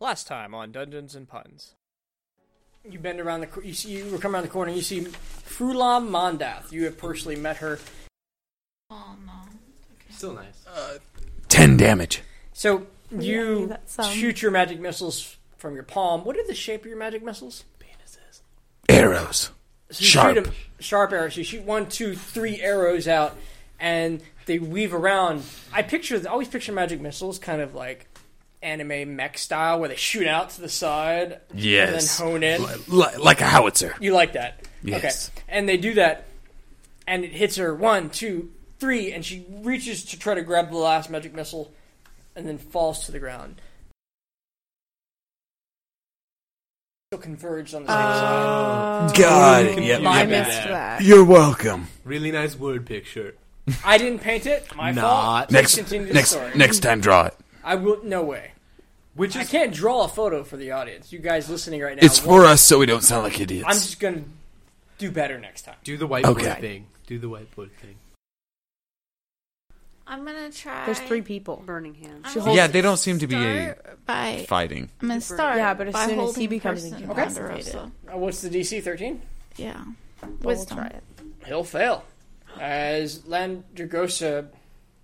Last time on Dungeons and Puns. You bend around the. cor- You see. You come around the corner. You see Frulam Mondath. You have personally met her. Oh no. Still nice. Ten damage. So Yeah, you that's some. shoot your magic missiles from your palm. What are the shape of your magic missiles? Arrows. So you Sharp. Shoot 'em- sharp arrows. You shoot one, two, three arrows out, and they weave around. I picture. I always picture magic missiles kind of like anime mech style, where they shoot out to the side Yes. and then hone in. Li- li- like a howitzer. You like that? Yes. Okay. And they do that, and it hits her one, two, three, and she reaches to try to grab the last magic missile, and then falls to the ground. Still converged on the same Uh, side. God. yeah, Yep. my I bad. missed that. You're welcome. Really nice word picture. I didn't paint it. My fault. Not. Please Next, continue the next, story. next time, draw it. I will. No way. Which I is can't draw a photo for the audience. You guys listening right now. It's for us, so we don't sound like idiots. I'm just gonna do better next time. do the whiteboard Okay. thing. Do the whiteboard thing. I'm gonna try. There's three people. Burning hands. I'm She gonna holds- Yeah, they don't seem to be start by. fighting. I'm gonna start. Yeah, but as by soon as he holding becomes person incapacitated. Ponderosa. Uh, what's the DC? Thirteen. Yeah. We'll Wisdom. try it. He'll fail as Landragosa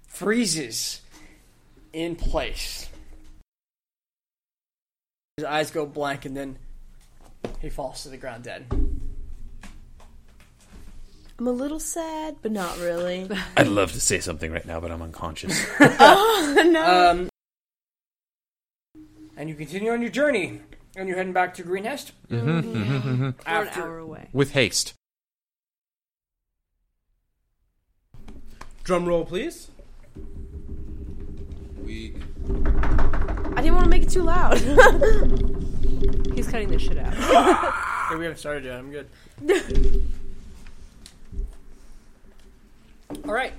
freezes in place. His eyes go blank, and then he falls to the ground dead. I'm a little sad, but not really. I'd love to say something right now, but I'm unconscious. oh no! Um, and you continue on your journey, and you're heading back to Greenhest. We're an After hour away. With haste. Drum roll, please. We I didn't want to make it too loud. He's cutting this shit out. Hey, we haven't started yet. I'm good. All right.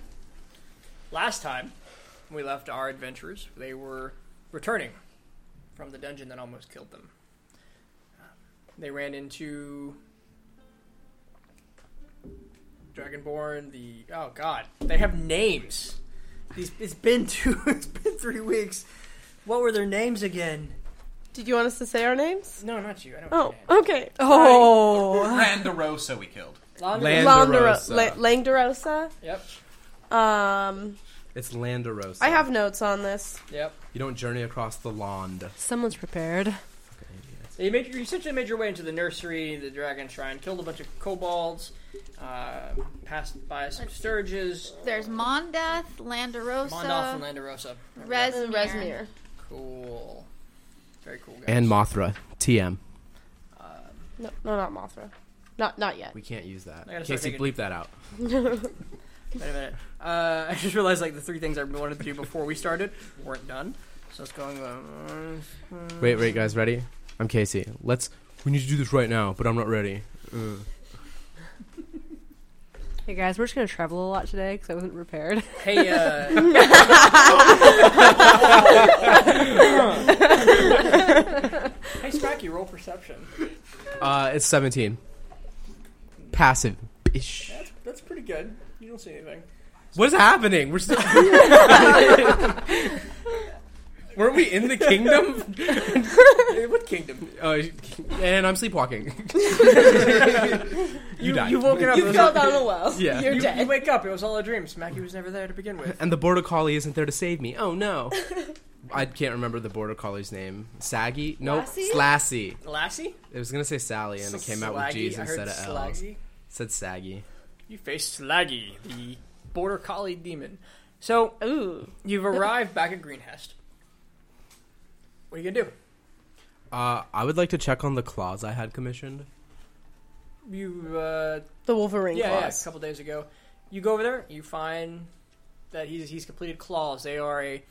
Last time we left our adventurers, they were returning from the dungeon that almost killed them. They ran into Dragonborn. The oh god, they have names. These, it's been two. It's been three weeks. What were their names again? Did you want us to say our names? No, not you. I don't. Oh, know. okay. Oh, Randarosa we killed. Landon- Land- Landero- Landerosa. La- Langderosa. Yep. Um, It's Landerosa. I have notes on this. Yep. You don't journey across the lawn. Someone's prepared. So you, made, you essentially made your way into the nursery, the dragon shrine, killed a bunch of kobolds, uh, passed by some sturges, There's Mondath, Landerosa, Mondoff and Landerosa. Resmir. Resmir. Cool. Very cool, guys. Uh, And Mothra. TM. No, no, not Mothra. Not, not yet. We can't use that. I gotta start Casey, thinking. bleep that out. Wait a minute. Uh, I just realized like the three things I wanted to do before we started weren't done. So it's going. Um, Wait, wait, guys, ready? I'm Casey. Let's. We need to do this right now, but I'm not ready. Uh, Mm. Hey guys, we're just gonna travel a lot today because I wasn't prepared. hey, uh, hey, Smacky, roll perception. uh, it's 17. Passive. Ish. That's that's pretty good. You don't see anything. What is happening? We're still. Weren't we in the kingdom? Eh, What kingdom? Uh, and I'm sleepwalking. you, died. You've woken up. You Rosa. fell down a well. Yeah. You're you, you dead. wake up. It was all a dream. Smacky was never there to begin with. and the border collie isn't there to save me. Oh no. I can't remember the border collie's name. Saggy? Nope. Lassie? Slassie. Lassie? It was gonna say Sally, and it came out with Slaggy. G's I heard instead of L's. Slaggy. Said Saggy. You face Slaggy, the border collie demon. So Ooh. you've arrived back at Greenhest. What are you gonna do? Uh, I would like to check on the claws I had commissioned. You uh, The Wolverine yeah, yeah, a claws. couple days ago, you go over there. You find that he's he's completed claws. They are a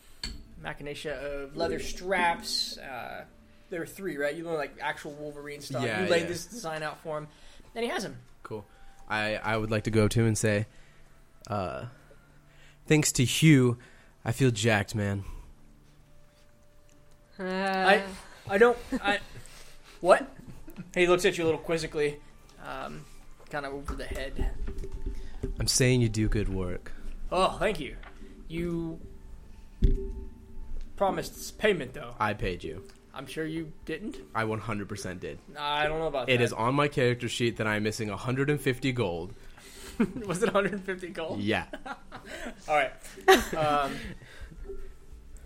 machinacia of leather straps. Uh, there are three, right? You learn like actual Wolverine stuff. Yeah, you laid yeah. this design out for him, and he has him. Cool. I I would like to go to and say, uh, thanks to Hugh, I feel jacked, man. Uh, I, I don't. I, what? He looks at you a little quizzically, um, kind of over the head. I'm saying you do good work. Oh, thank you. You promised payment, though. I paid you. I'm sure you didn't. I 100% did. I don't know about that. It is on my character sheet that I'm missing 150 gold. Was it 150 gold? Yeah. All right. Um,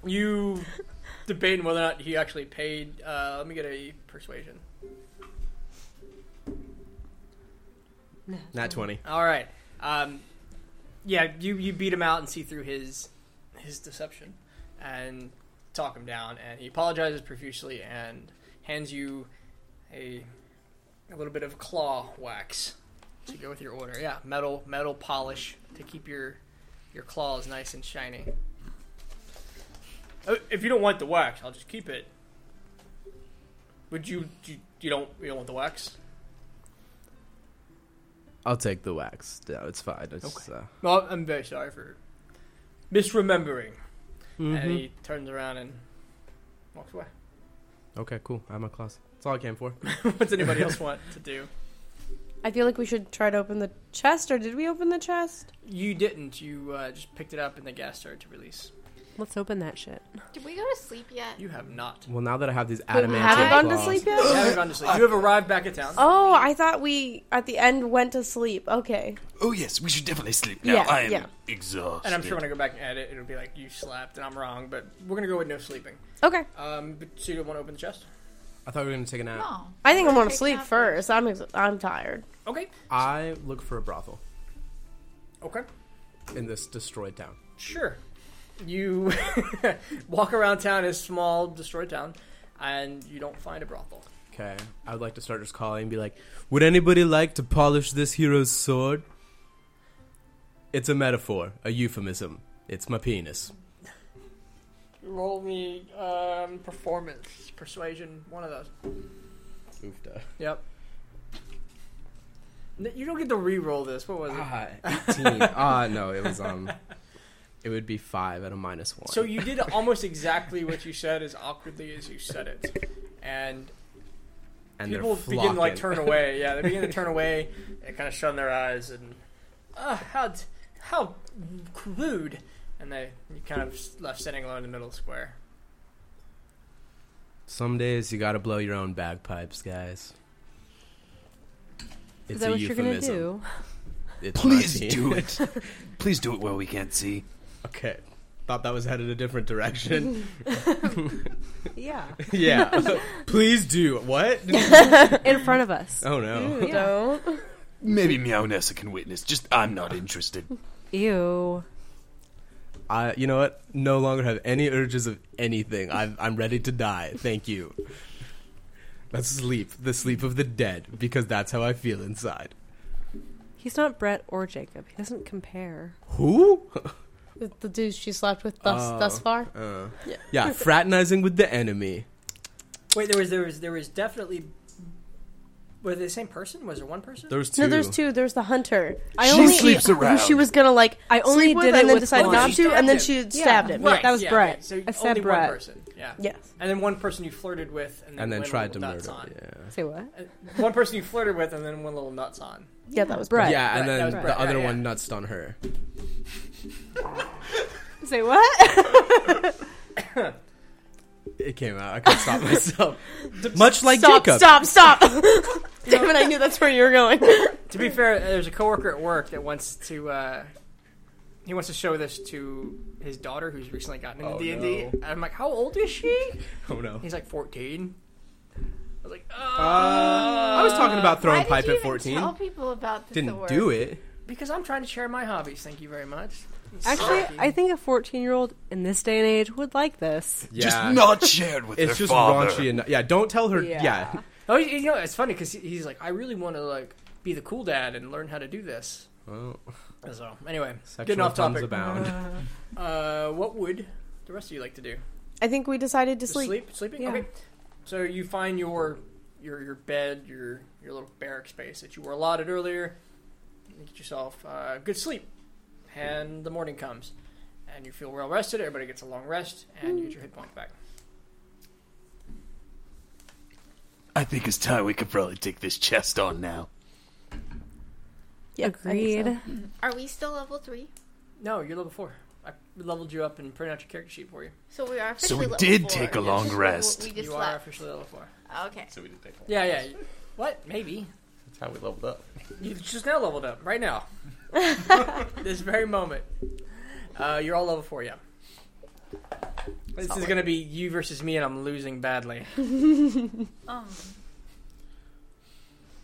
you debating whether or not he actually paid. Uh, let me get a persuasion. Not 20. All right. Um, yeah, you, you beat him out and see through his his deception and talk him down. And he apologizes profusely and hands you a a little bit of claw wax to go with your order. Yeah, metal metal polish to keep your your claws nice and shiny. Uh, If you don't want the wax, I'll just keep it. Would you? You, you don't? You don't want the wax? I'll take the wax. No, it's fine. It's, uh, Well, I'm very sorry for misremembering. Mm-hmm. And he turns around and walks away. Okay, cool. I'm a class. That's all I came for. What's anybody else want to do? I feel like we should try to open the chest, or did we open the chest? You didn't. You uh, just picked it up and the gas started to release. Let's open that shit. Did we go to sleep yet? You have not. Well, now that I have these But adamantine haven't gone to claws- sleep You yet? haven't gone to sleep. You have arrived back at town. Oh, I thought we at the end went to sleep. Okay. Oh yes, we should definitely sleep now. Yeah, I am yeah. exhausted. And I'm sure when I go back and edit, it'll be like you slept and I'm wrong, but we're going to go with no sleeping. Okay. Um, but, so you don't want to open the chest? I thought we were going to take a nap. No. I think I We're want to taking sleep off- first. I'm ex- I'm tired. Okay. I look for a brothel Okay. in this destroyed town. Sure. You walk around town, a small, destroyed town, and you don't find a brothel. Okay. I would like to start just calling and be like, Would anybody like to polish this hero's sword? It's a metaphor, a euphemism. It's my penis. Roll me um, performance, persuasion, one of those. Oofda. Yep. N- You don't get to re-roll this. What was it? Ah, 18. ah, no, it was, um, it would be 5 at a minus 1. So you did almost exactly what you said, as awkwardly as you said it, and, and they're people begin to like flocking. turn away. Yeah, they begin to turn away and kind of shun their eyes and ah, how d- how rude. And they you kind of left standing alone in the middle of the square. Some days you gotta blow your own bagpipes, guys. It's Is that a what you're euphemism. gonna do? It's Please my do team. it. Please do it where we can't see. Okay. Thought that was headed a different direction. Yeah. yeah. Please do. What? In front of us. Oh no. Ew, yeah. No. Maybe Meow Nessa can witness. Just I'm not interested. Ew. I you know what? No longer have any urges of anything. I've, I'm ready to die. Thank you. Let's sleep. The sleep of the dead because that's how I feel inside. He's not Brett or Jacob. He doesn't compare. Who? The, the dude she slept with thus Oh. thus far. Uh, yeah, fraternizing with the enemy. Wait, there was there was there was definitely were they the same person? Was there one person? There's two. No, there's two. There's the hunter. I She sleeps who around. she was gonna like. I only sleep with did it and then with decided one. not She to, and then stabbed she him. stabbed Yeah. him. Right. That was yeah, Brett. okay, So I said only one Brett. person. Yeah. Yes. And then one person you flirted with, and then, and then one tried to little murder. nuts on. Yeah. Say what? Uh, One person you flirted with, and then one little nuts on. Yeah, that was Brett. Brett. Yeah, and Right, that then was the Brett, other yeah, yeah. one nutsed on her. Say what? It came out. I couldn't stop myself. Much like Stop! Jacob. Stop! Stop! Damn it! I knew that's where you were going. To Hmm. be fair, there's a coworker at work that wants to. Uh, he wants to show this to his daughter, who's recently gotten into Oh, D and D. no. I'm like, how old is she? Oh no. He's like 14. I was like, Uh, oh, I was talking about Why throwing did pipe you at even 14. Tell people about this Didn't award? do it. because I'm trying to share my hobbies. Thank you very much. Actually, Sucky. I think a 14 year old in this day and age would like this. Yeah. Just not shared with It's her just father. raunchy enough. Yeah, don't tell her. Yeah. Yeah. Oh, you you know, it's funny because he's like, I really want to like be the cool dad and learn how to do this. Well, So anyway, sexual getting off funds topic. abound. Uh, what would the rest of you like to do? I think we decided to Just sleep. Sleep, sleeping. Yeah. Okay. So you find your your your bed, your your little barrack space that you were allotted earlier. You get yourself uh, good sleep, and the morning comes, and you feel well rested. Everybody gets a long rest, and you get your hit points back. I think it's time we could probably take this chest on now. Yeah, I think so. Agreed. Are we still level three? No, you're level four. I leveled you up and printed out your character sheet for you. So we are So officially we level did four. take a long We- rest. We just you are left. officially level four. Okay. So we did take that. Yeah, yeah. What? Maybe. That's how we leveled up. You just now leveled up, right now. this very moment. Uh, you're all level four, yeah. This is going to be you versus me, and I'm losing badly. Um,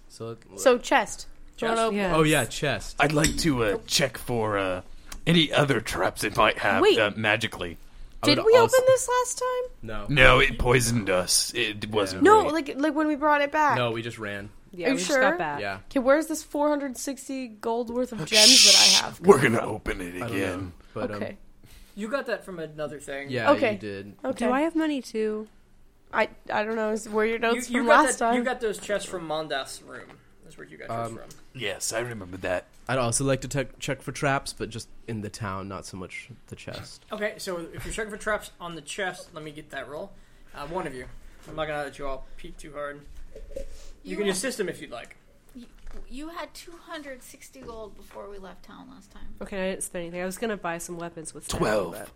So, So chest. Do you Chest? wanna open- Yeah. oh yeah, chest. I'd like to uh, check for uh, any other traps it might have Wait. uh, magically. I Did would we also- open this last time? No, No, it poisoned us. It wasn't. No, great. like like when we brought it back. no, we just ran. Yeah, Are you we just got sure? back. Yeah, Okay, where's this 460 gold worth of gems that I have? we're gonna open it I don't know, again. Oh, but okay. um, You got that from another thing. yeah, Okay. you did. okay. Do I have money too? I I don't know. Is where your You, notes you from got last that, time? You got those chests from Mondas' room. That's where you got yours Um, from. Yes, I remember that. I'd also like to te- check for traps, but just in the town, not so much the chest. Okay, so if you're checking for traps on the chest, let me get that roll. Uh, one of you. I'm not gonna let you all peek too hard. You, You can are- assist them if you'd like. you had 260 gold before we left town last time. Okay, I didn't spend anything. I was gonna buy some weapons with Sam, Twelve. but-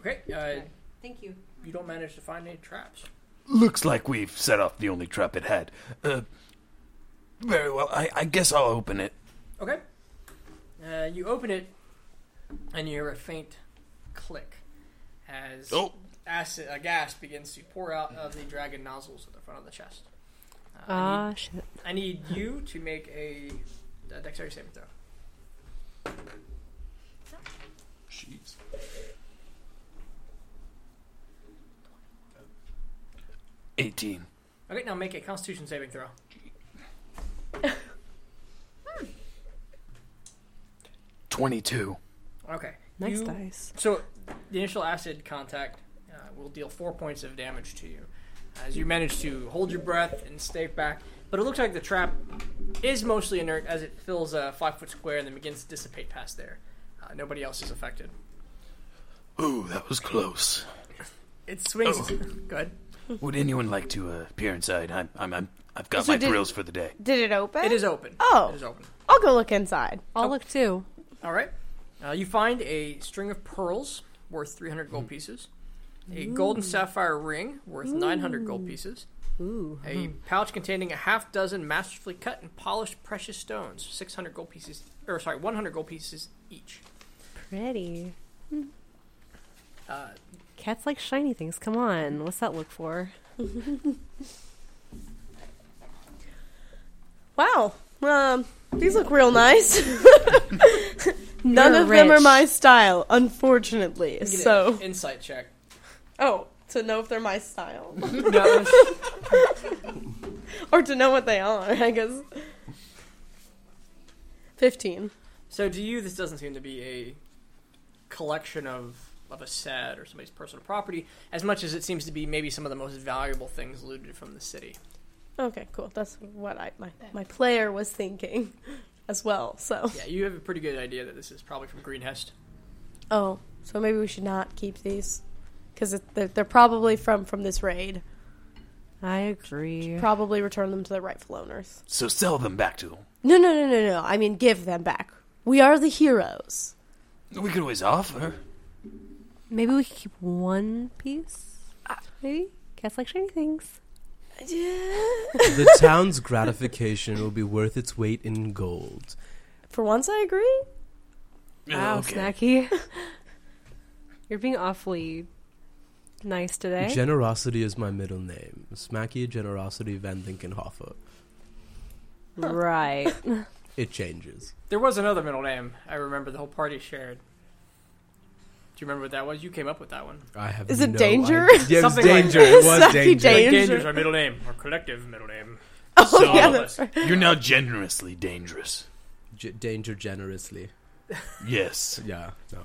Okay, uh, Thank you. you don't manage to find any traps. Looks like we've set off the only trap it had. Uh, very well. I, I guess I'll open it. Okay. Uh, you open it, and you hear a faint click as Oh. acid, a gas begins to pour out of the dragon nozzles at the front of the chest. Uh, I, Ah, shit. need, I need you to make a, a dexterity saving throw. Jeez. Eighteen. Okay, now make a Constitution saving throw. Twenty-two. Okay. Nice You- dice. So, the initial acid contact uh, will deal four points of damage to you as you manage to hold your breath and stay back. But it looks like the trap is mostly inert as it fills a five foot square and then begins to dissipate past there. Uh, nobody else is affected. Ooh, that was close. It swings. Oh. Good. Would anyone like to uh, appear inside? I'm, I'm, I'm I've got So my did- thrills for the day. Did it open? It is open. Oh. It is open. I'll go look inside. I'll look too. All right. Uh, you find a string of pearls worth 300 gold pieces, a golden sapphire ring worth 900 gold pieces, Ooh. a pouch containing a half dozen masterfully cut and polished precious stones, 600 gold pieces, or sorry, 100 gold pieces each. Pretty. Uh, Cats like shiny things. Come on. What's that look for? Wow. Um, these look real nice. None You're of them are rich. my style, unfortunately. you get So, an insight check. oh, to know if they're my style No, or to know what they are, I guess. Fifteen. so to you, this doesn't seem to be a collection of of a set or somebody's personal property, as much as it seems to be maybe some of the most valuable things looted from the city. Okay, cool. That's what I my my player was thinking, as well. So, Yeah, you have a pretty good idea that this is probably from Greenhest. oh, so maybe we should not keep these because they're, they're probably from from this raid. I agree. Probably return them to their rightful owners. So sell them back to them. No, no, no, no, no. I mean, give them back. We are the heroes. We could always offer. Maybe we could keep one piece. Ah. Maybe cats like shiny things. the town's gratification will be worth its weight in gold. For once, I agree. Oh, Oh, Wow, snacky. You're being awfully nice today. Generosity is my middle name. Smacky Generosity Van Linkenhofer. right. It changes. There was another middle name I remember the whole party shared. Do you remember what that was? You came up with that one. I have. Is it no danger? idea- Yeah, it was Something like danger. It was Smacky danger. danger. Danger's our middle name, our collective middle name. Oh, So- yeah, that's right. You're now generously dangerous. G- danger generously. Yes. Yeah. No.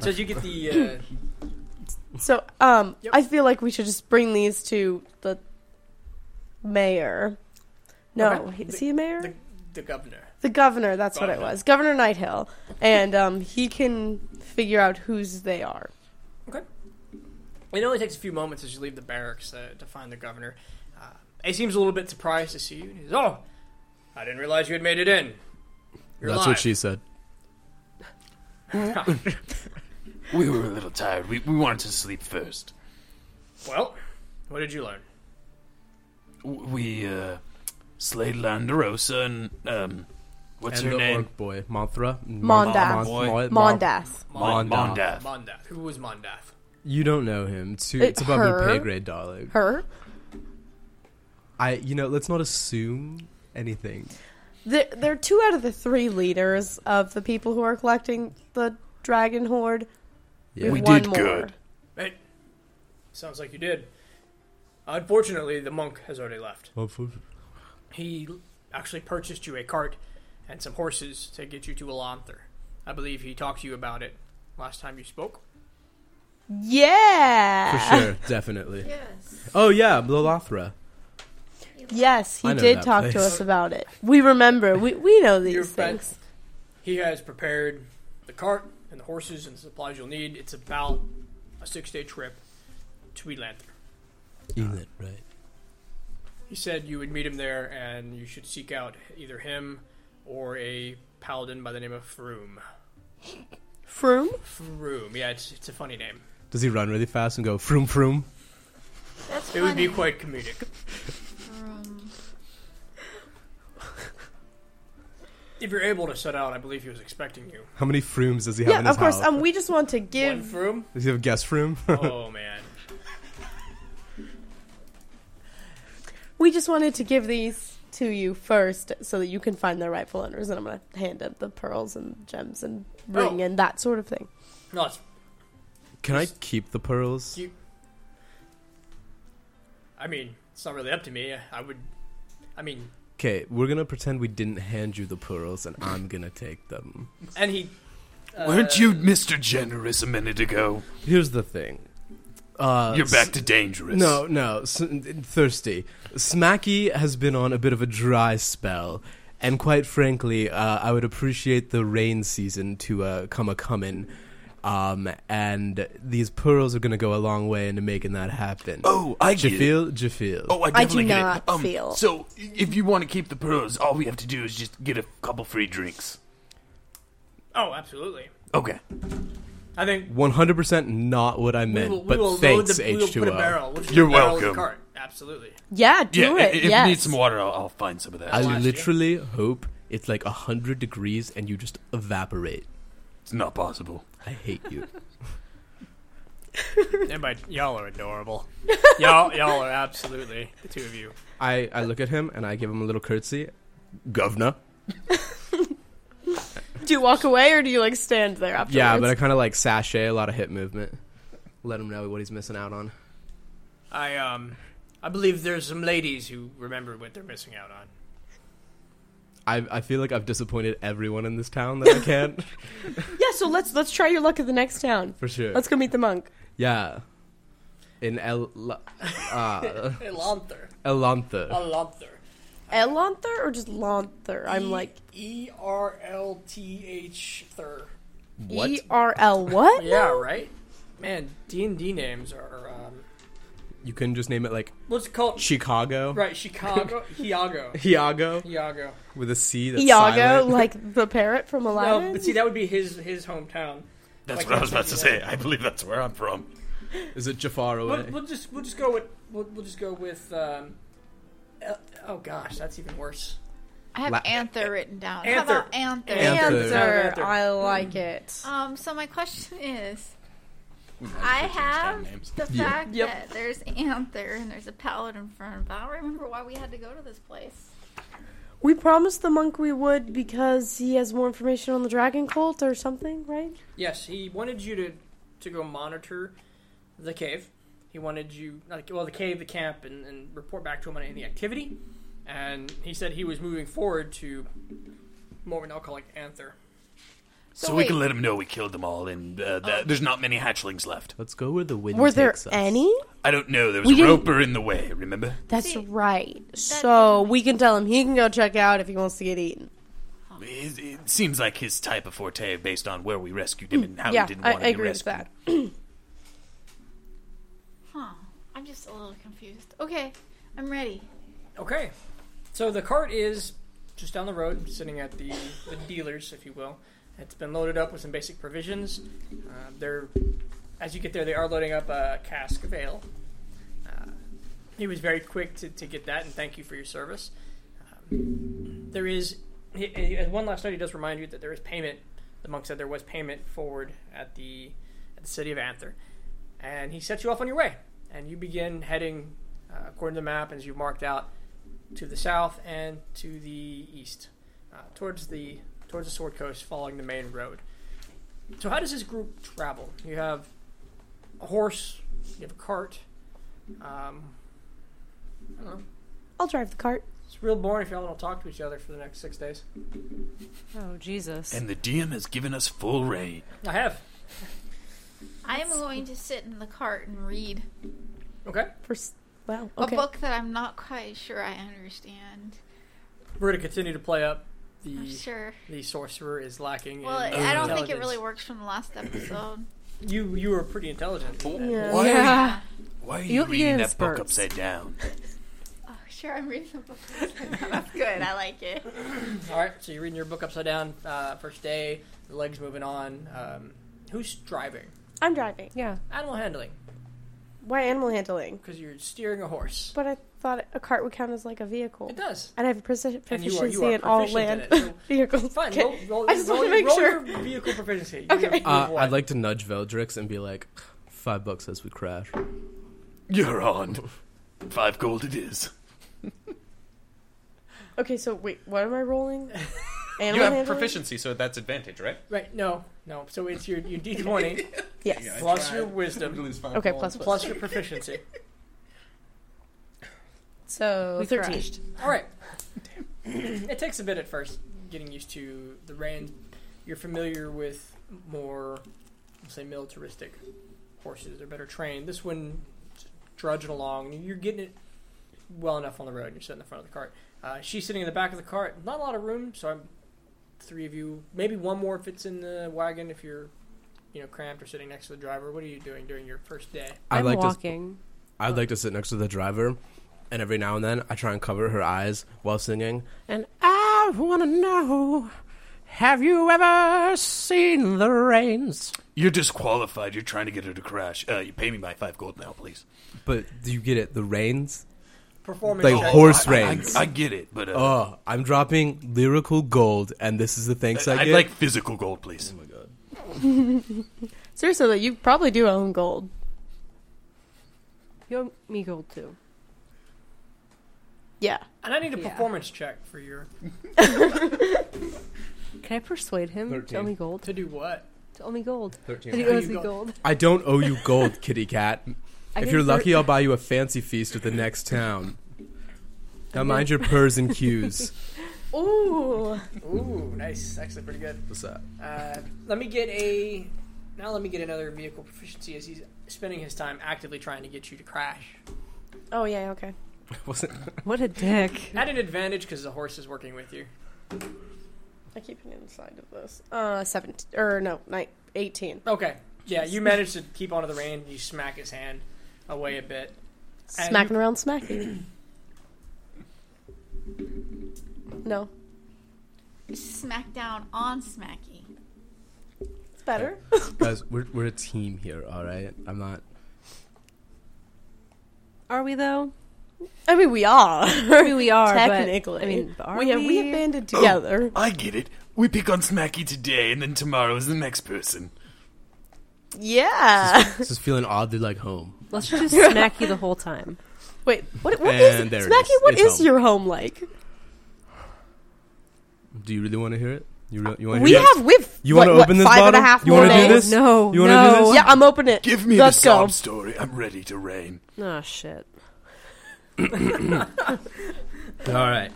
So as you get the uh, So, um, Yep. I feel like we should just bring these to the mayor. No, Okay. he is he a mayor? the, The, the governor, governor. That's what Governor. it was. Governor Nighthill, and um, he can figure out whose they are. it only takes a few moments as you leave the barracks uh, to find the governor. Uh, he seems a little bit surprised to see you. He says, "Oh, I didn't realize you had made it in. You're That's alive." what she said. We were a little tired. We, we wanted to sleep first. Well, what did you learn? W- We uh, slayed Landarosa and um, what's and her the name? orc boy, Mothra. Mondath. Mon- Mon- Mondath. Mon- Mondath. Mondath. Mondath. Who was Mondath? You don't know him. It's, too, It- it's above your her. pay grade, darling. Her. I, you know, let's not assume anything. They're, they're two out of the three leaders of the people who are collecting the dragon horde. Yeah. We With one did more. good. Hey, sounds like you did. Unfortunately, the monk has already left. He actually purchased you a cart and some horses to get you to Elanther. I believe he talked to you about it last time you spoke. For Yeah. sure, definitely. Yes. Oh yeah, Lolothra. Yes, I he know did that talk to place. us about it. We remember. We we know these Your friend. things. He has prepared the cart and the horses and the supplies you'll need. It's about a six day trip to Elanther. Elit, right? He said you would meet him there and you should seek out either him or a paladin by the name of Froom. Froom? Froom, yeah, it's, it's a funny name. Does he run really fast and go froom froom? That's It would be funny. quite comedic. Um, If you're able to set out, I believe he was expecting you. How many frooms does he have in Yeah, his of course. house? Um, we just want to One give. Froom? does he have a guest room? Oh, man. We just wanted to give these to you first, so that you can find their rightful owners. And I'm gonna hand up the pearls and gems and ring Oh. and that sort of thing. No, it's, Can I keep the pearls? You- I mean, it's not really up to me. I would. I mean, Okay, we're gonna pretend we didn't hand you the pearls, and I'm gonna take them. and he. uh, Weren't you Mr. Generous a minute ago? Here's the thing. Uh, You're s- back to dangerous. No, no, s- thirsty. Smacky has been on a bit of a dry spell, and quite frankly, uh, I would appreciate the rain season to uh, come a comin'. Um, and these pearls are gonna go a long way into making that happen. Oh, I get it. Jafil, Jafil. Oh, I do definitely get not it. Um, feel- So, i- if you want to keep the pearls, all we have to do is just get a couple free drinks. Oh, absolutely. Okay. I think. 100% not what I We meant, will, we but will load thanks, the, we will H2O. put a barrel. We'll just put You're a barrel in welcome. The cart. Absolutely. Yeah, do yeah, i- it. if yes. you need some water, I'll, I'll find some of that. I Last year. literally hope it's like 100 degrees and you just evaporate. it's not possible. I hate you. Everybody, y'all are adorable. y'all, y'all are absolutely the two of you. I, I look at him and I give him a little curtsy. Governor. Do you walk away or do you like stand there afterwards? Yeah, but I kind of like sashay a lot of hip movement. Let him know what he's missing out on. I um, I believe there's some ladies who remember what they're missing out on. I, I feel like I've disappointed everyone in this town that I can. yeah. So let's let's try your luck at the next town. For sure. Let's go meet the monk. yeah. In El, La- uh, Elanther. Elantha. Elanther. Elonther or just Lonther? I'm like E R L T H Thur. What? E R L what? Yeah, right. Man, D and D names are. Um, You couldn't just name it like what's it called? Chicago? right, Chicago. Iago. Iago? Iago. With a C that's Iago, silent. like the parrot from Aladdin. No, but see, that would be his his hometown. That's Like what I was about that's to what you say. I believe that's where I'm from. Is it Jafar away? We'll, we'll just we'll just go with we'll, we'll just go with. Um, El- oh gosh, that's even worse. I have La- Anther written down. Anther. How about Anther? Anther. Answer. Answer. I like it. Um, so my question is, We might I as well change have town names. the Yeah. fact Yep. that there's Anther and there's a paladin front, but I don't remember why we had to go to this place. We promised the monk we would because he has more information on the dragon cult or something, right? Yes, he wanted you to to go monitor the cave. He wanted you like well the cave, the camp, and, and report back to him on any activity. And he said he was moving forward to more of an alcoholic anther. So, So we wait. can let him know we killed them all, and uh, that, Um, there's not many hatchlings left. Let's go where the wind Were there takes us. any? I don't know. There We was didn't- Roper in the way, remember? That's See, right. So we can tell him he can go check out if he wants to get eaten. It, it seems like his type of forte based on where we rescued him and how Hmm. yeah, he didn't I, want to be I agree with rescued. that. Huh. I'm just a little confused. Okay, I'm ready. Okay, so the cart is just down the road, sitting at the the dealers, if you will. It's been loaded up with some basic provisions. Uh, they're, as you get there, they are loading up a cask of ale. Uh, he was very quick to, to get that, and thank you for your service. Um, there is, he, he- as one last note, he does remind you that there is payment. The monk said there was payment forward at the at the city of Anther, and he sets you off on your way, and you begin heading uh, according to the map as you marked out to the south and to the east uh, towards the towards the Sword Coast, following the main road. So, how does this group travel? You have a horse, you have a cart. Um, I don't know. I'll drive the cart. It's real boring if y'all don't talk to each other for the next six days. Oh Jesus! And the DM has given us full reign. I have. I am going to sit in the cart and read Okay. For s- wow. Okay. a book that I'm not quite sure I understand. We're going to continue to play up I'm Oh, the sure. the sorcerer is lacking. Well, in I don't think it intelligence. really works from the last episode. You you were pretty intelligent. Yeah. Why, are Yeah. you, why are you You'll- reading yes, that book Bert. upside down? oh, sure, I'm reading the book. That's good. I like it. All right. So you're reading your book upside down. Uh, first day, the legs moving on. Um, who's driving? I'm driving. Yeah. Animal handling, Why animal handling? because you're steering a horse. But I thought a cart would count as like a vehicle. It does. And I have profi- And you are- you proficiency are in all proficient land in it, so- vehicles. Fine. Okay. Roll, roll, I just roll, want to make roll sure. your vehicle proficiency. Okay. You're- you're Uh, one. I'd like to nudge Veldrix and be like, five bucks as we crash. You're on. Five gold it is. Okay, so wait, what am I rolling? You have proficiency, so that's advantage, right? Right? No, no. So it's your your D twenty Yes. plus your wisdom Okay, plus plus your proficiency. So We thirteen. crashed. All right. it takes a bit at first getting used to the reins. You're familiar with more, let's say, militaristic horses. They're better trained. This one just drudging along. and You're getting it well enough on the road. and You're sitting in the front of the cart. Uh, she's sitting in the back of the cart. Not a lot of room, so I'm three of you. Maybe one more fits in the wagon if you're, you know, cramped or sitting next to the driver. What are you doing during your first day? I'm like to. walking. I'd like to sit next to the driver, and every now and then I try and cover her eyes while singing. And I want to know have you ever seen the rains? You're disqualified. You're trying to get her to crash. Uh, you pay me my five gold now, please. But do you get it? The rains? Performance. Like check. horse I- I- reins. I, I get it, but uh, Oh, I'm dropping lyrical gold, and this is the thanks I, I'd get. like physical gold, please. Oh my god. Seriously, though, you probably do own gold. You owe me gold too. Yeah. and I need a Yeah. performance check for your Can I persuade him to owe Thirteen. me gold? to do what? To owe me gold. That he Thirteen. owes you me go- gold. I don't owe you gold, kitty cat. I If get you're thir- lucky, I'll buy you a fancy feast at the next town. Now mind your purrs and cues. Ooh. Ooh, nice. Actually, pretty good. What's that? Uh, let me get a. Now let me get another vehicle proficiency as he's spending his time actively trying to get you to crash. Oh yeah. Okay. What's it? what a dick. At an advantage because the horse is working with you. I keep it inside of this. Uh, seventeen or no, nine, eighteen. Okay. Yeah, you manage to keep onto the rein. You smack his hand away a bit. And Smacking around, smacking. no, Smackdown on Smacky. it's better. Guys, we're, we're a team here, all right? I'm not. Are we though? I mean, we are. I mean, we are. but- Technically, I mean, but are Oh. we have we have banded together. I get it. We pick on Smacky today, and then tomorrow is the next person. yeah. This is feeling oddly like home. Let's just smack you the whole time. Wait, what? What is And there it Smacky? is. What It's is home. your home like? Do you really want to hear it? You, re- you want to We hear it? have with You wanna what, what, open this five and a bottle? half You more wanna do days. this? No, You wanna do no. this? Yeah, I'm opening it. Give me Let's the sob go. story. I'm ready to reign. Oh shit. All right.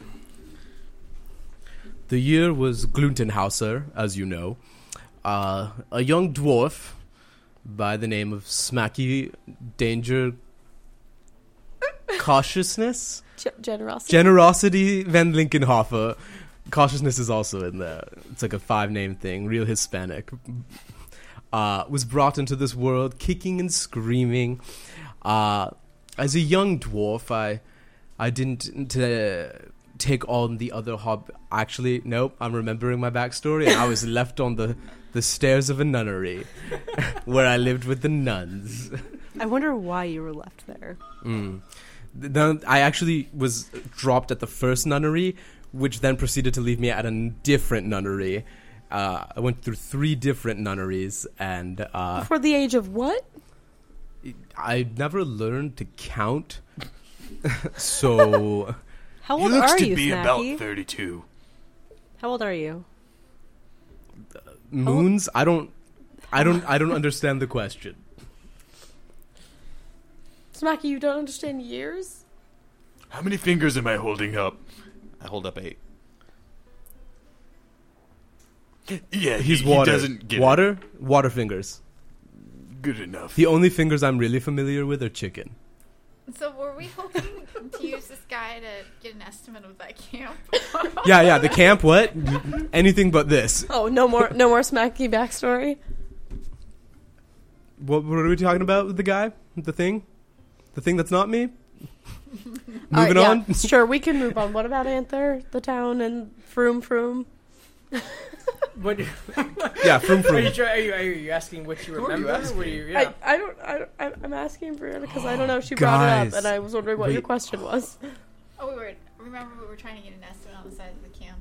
The year was Gluntenhauser, as you know. Uh, a young dwarf by the name of Smacky Danger Cautiousness? G- generosity. Generosity Van Linkenhofer. Cautiousness is also in there. It's like a five name thing, real Hispanic. Uh, was brought into this world kicking and screaming. Uh, as a young dwarf, I, I didn't uh, take on the other hob. Actually, nope. I'm remembering my backstory, and I was left on the the stairs of a nunnery, where I lived with the nuns. I wonder why you were left there. Mm. Th- Then I actually was dropped at the first nunnery, which then proceeded to leave me at a n- different nunnery. Uh, I went through three different nunneries, and uh, Before the age of what? I never learned to count. so How He old looks are to you, be Smacky? about 32. How old are you? moons, I don't, I don't, I don't understand the question. Smacky, you don't understand years? How many fingers am I holding up? I hold up eight. Yeah, He's he, water. He doesn't get it. water, water fingers. Good enough. The only fingers I'm really familiar with are chicken. So were we hoping to use this guy to get an estimate of that camp? Oh. Yeah, yeah. The camp, what? Anything but this. Oh, no more, no more Smacky backstory. What, what are we talking about with the guy? The thing? The thing that's not me? All right, Moving Oh, yeah, on? sure, we can move on. What about Anther, the town, and Froom Froom? What, Yeah, from are, from. you, try- are, you, are you asking what you remember? Were you, yeah. I, I don't. I, don't- I- I'm asking for it because I don't know. She brought it Guys. up, and I was wondering what your Wait. question was. oh, we were. Remember, we were trying to get an estimate on the size of the camp.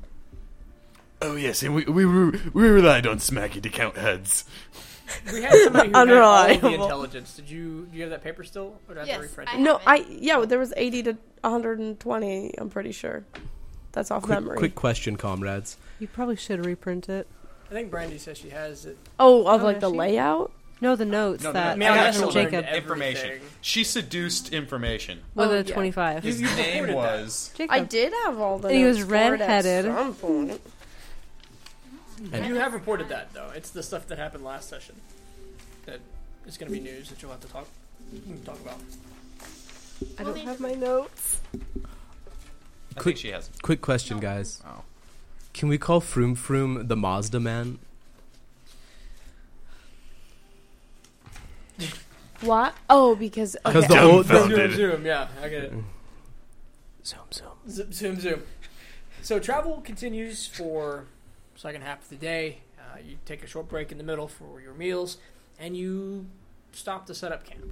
Oh yes, and we we re- we relied on Smacky to count heads. We had somebody who had all of the Unreliable. intelligence. Did you do you have that paper still? Or did I have to Yes, reprint I it? have No, it. I yeah, there was 80 to 120. I'm pretty sure. That's off Quick, memory. quick question, comrades. You probably should reprint it. I think Brandy says she has it. Oh, of Oh, like does the she? layout. No, the notes No, the that notes. Man, I I got should from have Jacob learned Information. everything. She seduced information. with Oh, a yeah. 25. His you name reported that. was. Jacob. I did have all the. And he was notes for it at redheaded. some point. You have reported that though. It's the stuff that happened last session. That is going to be news that you'll have to talk mm, talk about. I We'll don't need have to- my notes. I Quick- think she has. Quick question, guys. Oh. Can we call Froom Froom the Mazda man? What? Oh, because okay. 'Cause the whole the, Dumbfounded. Zoom, Founded. zoom. Yeah, I get it. zoom zoom. Zoom, zoom, zoom. So travel continues for second half of the day. Uh, you take a short break in the middle for your meals, and you stop to set up camp.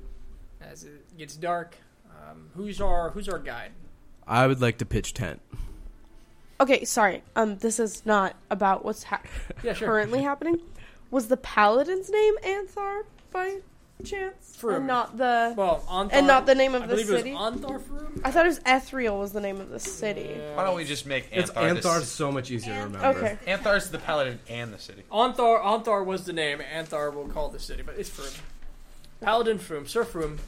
As it gets dark, um, who's our who's our guide? I would like to pitch tent. okay, sorry. Um, this is not about what's ha- Yeah, sure. currently happening. Was the paladin's name Anthar by chance, Fruin. and not the Well, Anthar, and not the name of I the believe city? it was Anthar Farum. I thought it was Ethriel was the name of the city. Why don't we just make It's Anthar? the Anthar's c- so much easier to remember. Okay. Anthar's the paladin and the city. Anthar, Anthar was the name. Anthar will call the city, but it's Farum. Paladin Farum, Sir Farum.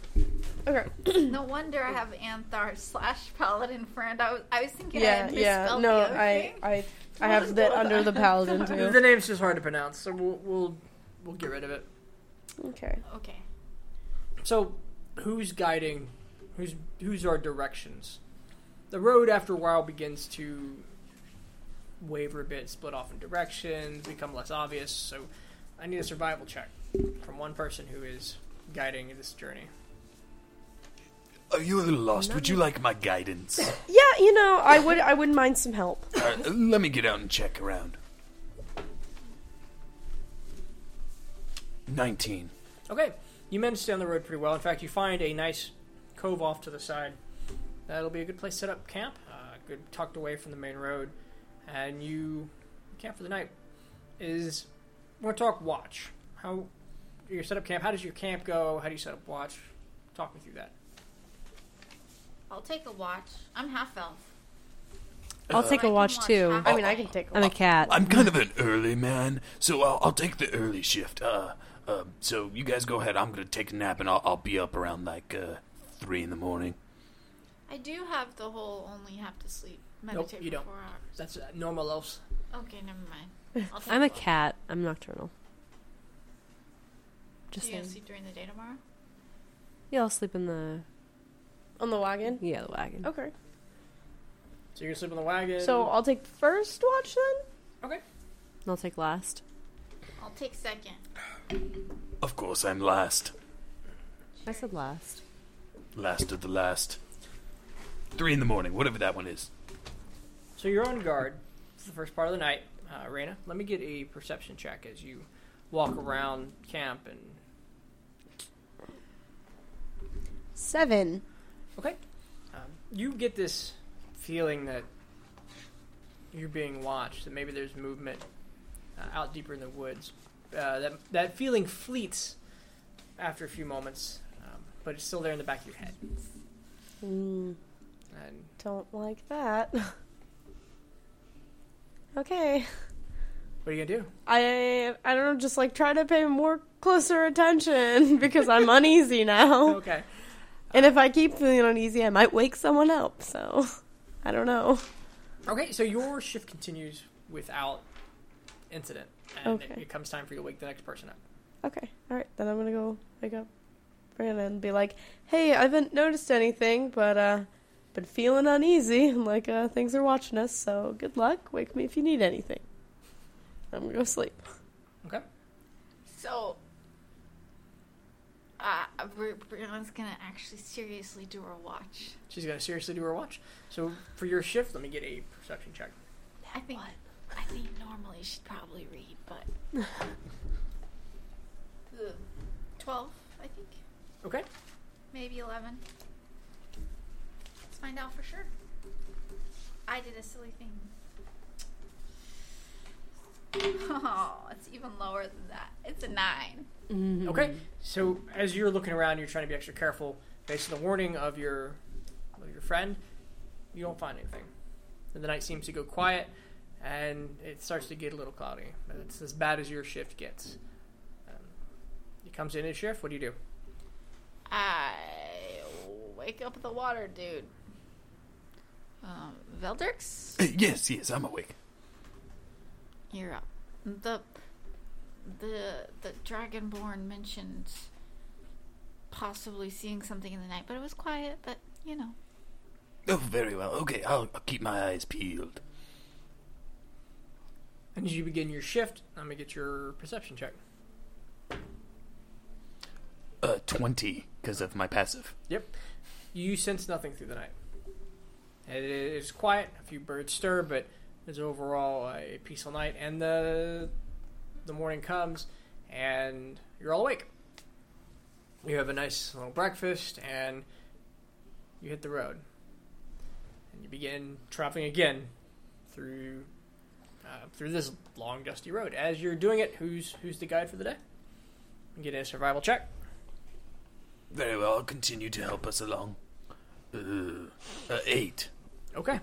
Okay. No wonder I have Anthar slash Paladin friend. I was, I was thinking I Yeah. had Yeah. misspelled No. the other I. thing. I. I have What that is under the paladin The too. name's just hard to pronounce, so we'll we'll we'll get rid of it. Okay. Okay. So, who's guiding? Who's who's our directions? The road after a while begins to waver a bit, split off in directions, become less obvious. So, I need a survival check from one person who is guiding this journey. Are you a little lost? Would you like my guidance? Yeah. You know, I would. I wouldn't mind some help. All right, Uh, let me get out and check around. Nineteen. Okay, you managed to stay on the road pretty well. In fact, you find a nice cove off to the side. That'll be a good place to set up camp. Uh, good, tucked away from the main road, and you camp for the night. Is we're gonna talk watch. How your set up camp? How does your camp go? How do you set up watch? Talk me through that. I'll take a watch. I'm half elf. I'll take a can watch, watch too. half- I mean, I can take. I'm a A cat. I'm kind of an early man, so I'll, I'll take the early shift. Uh, uh, so you guys go ahead. I'm gonna take a nap, and I'll, I'll be up around like uh, three in the morning. I do have the whole only have to sleep meditate you for don't. four hours. That's uh, normal elves. Okay, never mind. I'll take I'm a both. cat. I'm nocturnal. So Just you gonna saying. sleep during the day tomorrow? Yeah, I'll sleep in the on the wagon. yeah the wagon. Okay. So you're gonna sleep on the wagon. So I'll take first watch then. okay. And I'll take last. I'll take second. Of course, I'm last, I said last. last of the last. Three in the morning, whatever that one is. So you're on guard for the first part of the night, uh, Raina. Let me get a perception check as you walk around camp and Seven. Okay. Um, you get this feeling that you're being watched, that maybe there's movement uh, out deeper in the woods. Uh, that, that feeling fleets after a few moments, um, but it's still there in the back of your head. Mm, And don't like that. okay. what are you going to do? I I don't know, just like try to pay more closer attention because I'm uneasy now. Okay. And if I keep feeling uneasy, I might wake someone up. So I don't know. Okay, so your shift continues without incident, and it, Okay. it comes time for you to wake the next person up. Okay, all right, then I'm gonna go wake up Brianna and be like, "Hey, I haven't noticed anything, but uh, been feeling uneasy and like uh, things are watching us. So good luck. Wake me if you need anything. I'm gonna go sleep. Okay. So, uh, Bri- Brianna's gonna actually seriously do her watch. She's going to seriously do her watch. So for your shift, let me get a perception check. I think. I think normally she'd probably read, but Ugh. twelve, I think, Okay. maybe eleven. Let's find out for sure. I did a silly thing. Oh, it's even lower than that. It's a nine. Okay, so as you're looking around, you're trying to be extra careful. Based on the warning of your of your friend, you don't find anything. And the night seems to go quiet, and it starts to get a little cloudy. But It's as bad as your shift gets. Um, it comes in his shift. What do you do? I wake up the water, dude. Um, Veldrix, Uh, yes, yes, I'm awake. you're up. The the the dragonborn mentioned possibly seeing something in the night, but it was quiet. But you know, Oh, very well. Okay, I'll, I'll keep my eyes peeled. And as you begin your shift, I'm gonna get your perception check. Uh, 20, because of my passive. Yep. You sense nothing through the night. It is quiet. A few birds stir, but it's overall a peaceful night. And the the morning comes, and you're all awake. You have a nice little breakfast, and you hit the road. And you begin traveling again through uh, through this long dusty road. As you're doing it, who's who's the guide for the day? Get a survival check. Very well, I'll continue to help us along. Uh, uh, 8. Okay.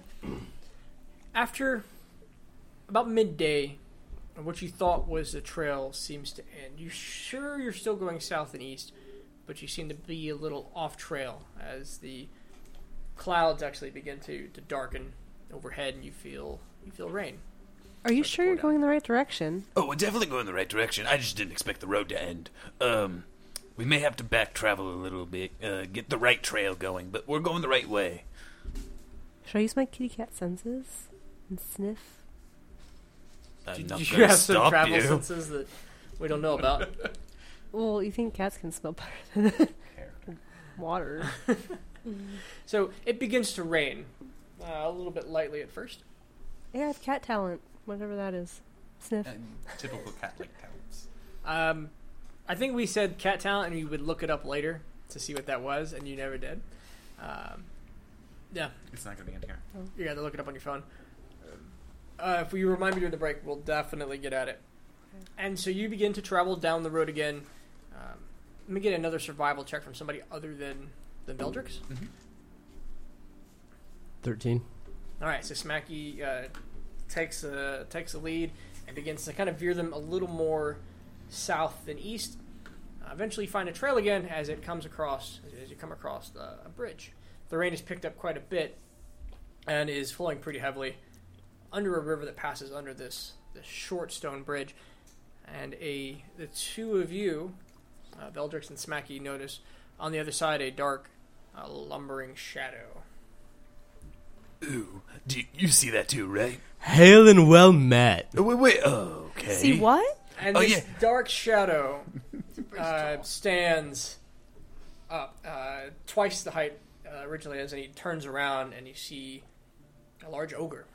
After about midday, what you thought was the trail seems to end. You sure you're still going south and east, but you seem to be a little off trail as the clouds actually begin to, to darken overhead, and you feel you feel rain. Are you Start to cool sure you're down. going in the right direction? Oh, we're definitely going the right direction. I just didn't expect the road to end. Um, we may have to back travel a little bit, uh, get the right trail going, but we're going the right way. Should I use my kitty cat senses and sniff? I'm Do not you gonna have some stop travel you. senses that we don't know about? Well, you think cats can smell better than water? so it begins to rain uh, a little bit lightly at first. Yeah, I have cat talent, whatever that is. Sniff. Typical cat like talents. Um, I think we said cat talent, and we would look it up later to see what that was, and you never did. Um, yeah, It's not gonna be in here. you got to look it up on your phone. Uh, if you remind me during the break, we'll definitely get at it. And so you begin to travel down the road again. Um, let me get another survival check from somebody other than than Beldrix. 13. All right, so Smacky uh, takes a takes the lead and begins to kind of veer them a little more south than east. Uh, eventually, you find a trail again as it comes across as you come across uh, a bridge. The rain has picked up quite a bit and is flowing pretty heavily under a river that passes under this this short stone bridge. And a the two of you, uh, Veldrix and Smacky, notice on the other side a dark, uh, lumbering shadow. Ooh, do you, you see that too, right? Hail and well met. Oh, wait, wait, oh, okay. See what? And Oh, this yeah. dark shadow uh, stands up uh, twice the height uh, originally is, and he turns around and you see a large ogre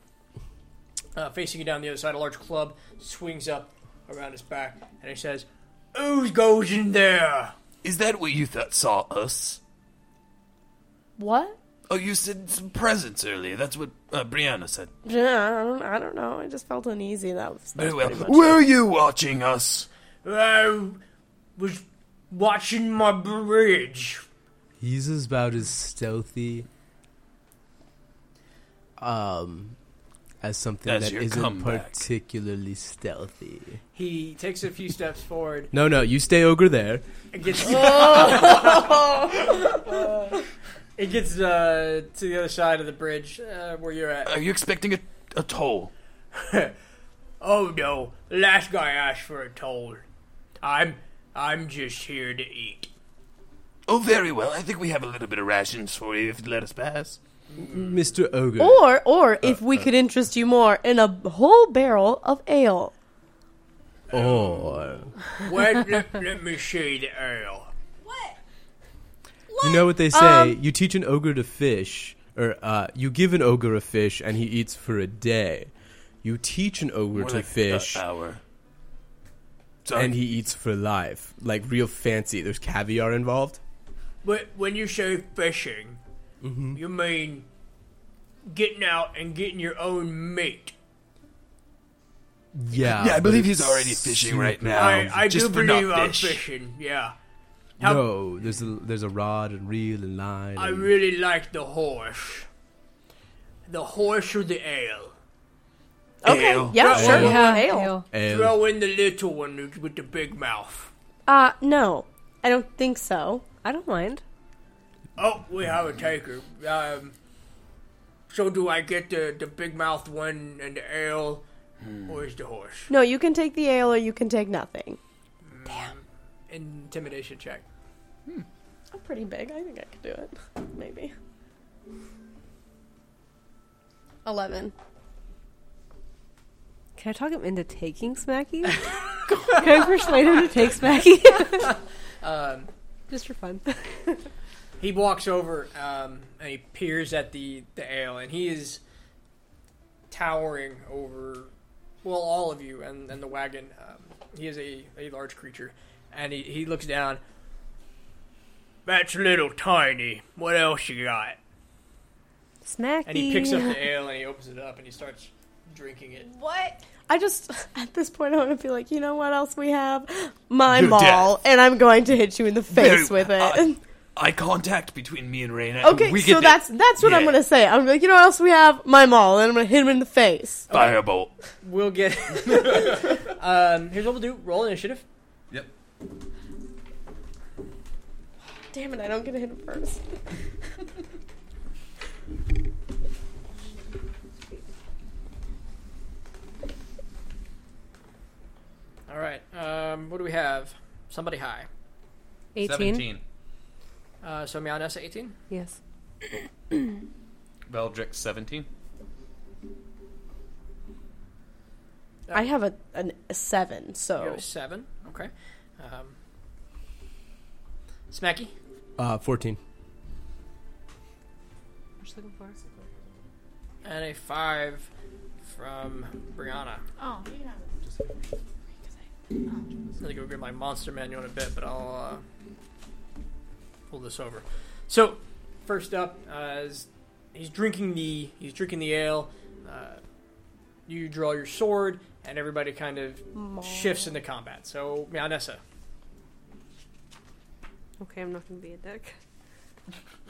Uh, facing you down the other side, a large club swings up around his back, and he says, "Who goes in there?" Is that what you thought saw us? What? Oh, you said some presents earlier. That's what uh, Brianna said. Yeah, I don't, I don't know. I just felt uneasy. That was that Very was well. pretty much it. Were you watching us? I was watching my bridge. He's about as stealthy um as something That's that your isn't comeback. particularly stealthy. He takes a few steps forward No, no, you stay ogre there. and gets. Oh. it gets uh, to the other side of the bridge uh, where you're at. Are you expecting a, a toll? Oh no, last guy asked for a toll. I'm I'm just here to eat. Oh, very well. I think we have a little bit of rations for you if you let us pass. Mr. Ogre. Or, or Uh, if we could interest you more in a whole barrel of ale. Or Well, let, let me see the ale. What? You know what they say? Um, you teach an ogre to fish, or uh, you give an ogre a fish and he eats for a day. You teach an ogre More to like uh, a fish hour. Sorry. and he eats for life. Like real fancy. There's caviar involved. But when you say fishing, Mm-hmm. you mean getting out and getting your own meat. Yeah. yeah, I but believe it's he's already fishing right super- now. I, I Um, just do for not believe I'm fish. fishing. Yeah, How- No, there's a, there's a rod and reel and line. I Mm. and- really like the horse. The horse with the ale. Okay, Ale. Yeah, yeah, sure. ale. Yeah, ale. ale. and- Throw in the little one with the big mouth. Uh, no, I don't think so. I don't mind. Oh, we have a taker. Um, so do I get the, the big mouth one and the ale, or is the horse? No, you can take the ale or you can take nothing. Mm, Intimidation check. I'm pretty big. I think I could do it. Maybe. 11. Can I talk him into taking Smacky? Can I persuade him to take Smacky? Um, Just for fun. he walks over um, and he peers at the, the ale, and he is towering over, well, all of you and, and the wagon. Um, he is a, a large creature, and he, he looks down. That's little tiny. What else you got? Smacky. And he picks up the ale and he opens it up and he starts drinking it. What? I just, at this point, I want to be like, you know what else we have? My Your maul, and I'm going to hit you in the Very- face with it. uh, Eye contact between me and Raina. okay, we so get the that's that's what I'm yeah. going to say. I'm gonna be like, you know what else we have? My maul, and I'm going to hit him in the face. firebolt. We'll get. um, here's what we'll do: roll initiative. Yep. Damn it, I don't get to hit him first. All right. Um, what do we have? Somebody high. 18. 17. Uh, so Mianessa, eighteen. Yes. Veldrick, 17. I have a, an, a 7, You so. have seven. Okay. Um, Smacky. uh, 14. What you looking for? And a five from Brianna. Oh, you can have it. I'm gonna go get my monster manual in a bit, but I'll uh, pull this over. So, first up, uh, is he's drinking the he's drinking the ale. Uh, you draw your sword, and everybody kind of shifts into combat. So, Mianessa, Okay, I'm not going to be a dick.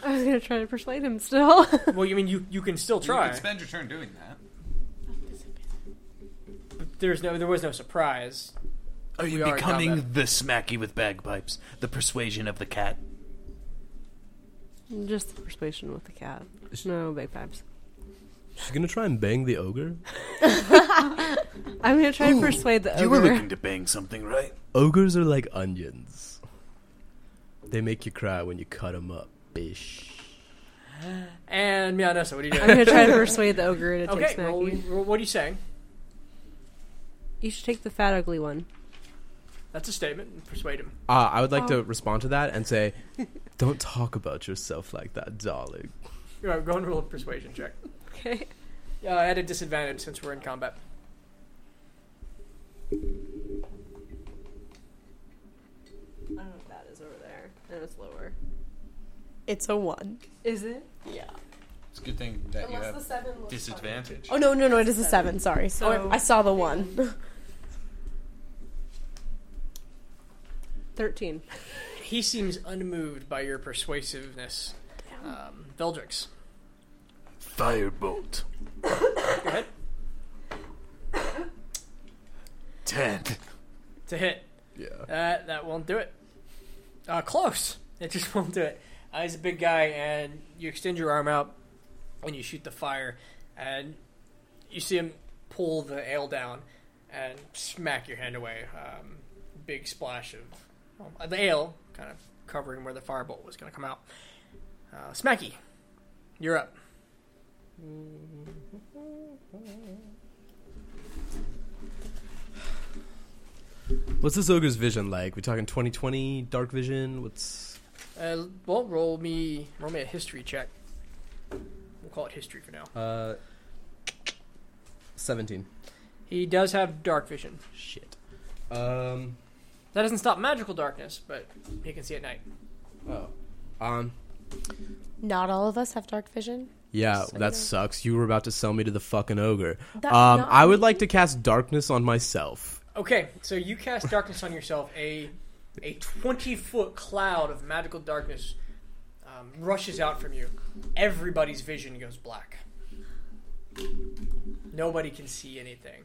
I was going to try to persuade him still. well, you mean you you can still try. You can spend your turn doing that. There's no there was no surprise. Are you We are in becoming combat. the smacky with bagpipes? The persuasion of the cat? Just the persuasion with the cat. No big pipes. She's gonna try and bang the ogre? I'm going to try and persuade the ogre. You were looking to bang something, right? Ogres are like onions. They make you cry when you cut them up, bish. And Mianessa, what are you I'm doing? going to try to persuade the ogre to okay, take well, Smacky. we- well, what are you saying? You should take the fat, ugly one. That's a statement. Persuade him. Uh, I would like Oh. to respond to that and say, don't talk about yourself like that, darling. All right, go and roll a persuasion check. Okay. Uh, at a disadvantage since we're in combat. I don't know what that is over there. I know it's lower. It's a one. Is it? Yeah. It's a good thing that you have seven disadvantage. Oh no no no! It is a seven. Sorry. So- I saw the one. 13. He seems unmoved by your persuasiveness. Um, Veldrix. Firebolt. Go ahead. Ten. To hit. Yeah. That that won't do it. Uh, close. It just won't do it. Uh, he's a big guy, and you extend your arm out, and you shoot the fire, and you see him pull the ale down and smack your hand away. Um, big splash of well, the ale, kind of covering where the firebolt was going to come out. Uh, Smacky, you're up. What's this ogre's vision like? We talking 2020 dark vision? What's Uh, well, roll me roll me a history check. We'll call it history for now. uh 17. He does have dark vision. Shit. Um That doesn't stop magical darkness, but he can see at night. oh. Um Not all of us have dark vision. yeah, So that nice. sucks. You were about to sell me to the fucking ogre. That- um not I would me. like to cast darkness on myself. Okay, so you cast darkness on yourself. A a twenty foot cloud of magical darkness um, rushes out from you. Everybody's vision goes black. Nobody can see anything,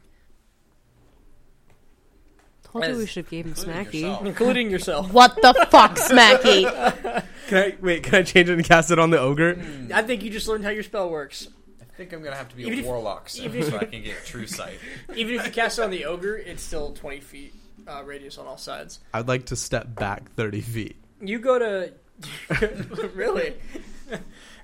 Told you we Yes. should have gave him Including Smacky. yourself. including yourself. What the fuck, Smacky? Can I wait, can I change it and cast it on the ogre? I think you just learned how your spell works. I think I'm gonna have to be Even a if- warlock soon even if so you- I can get true sight. Even if you cast it on the ogre, it's still twenty feet uh, radius on all sides. I'd like to step back 30 feet. You go to really,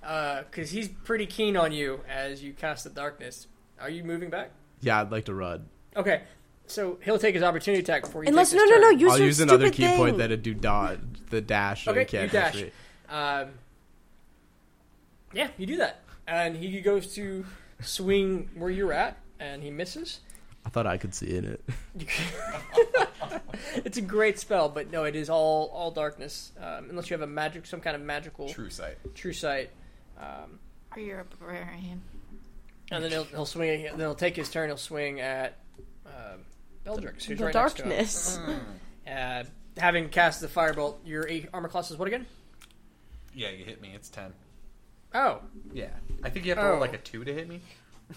because he's pretty keen on you as you cast the darkness. Are you moving back? Yeah, I'd like to run. Okay, so he'll take his opportunity attack before you. Unless take no this no no, turn. use I'll your use another stupid key thing. point that'd do dodge the dash. that I Okay, can't you dash. actually- Um, yeah, you do that, and he goes to swing where you're at, and he misses. I thought I could see in it. It's a great spell, but no, it is all all darkness. Um, unless you have a magic, some kind of magical true, True sight. sight. Um, Or you're a barbarian. and then he'll, he'll swing. Then he'll take his turn. He'll swing at um Beldrix, who's The right next darkness. Mm. to him. Uh, having cast the firebolt, your a- armor class is what again? Yeah, you hit me. It's ten. Oh, Yeah, I think you have to roll Oh. like a two to hit me.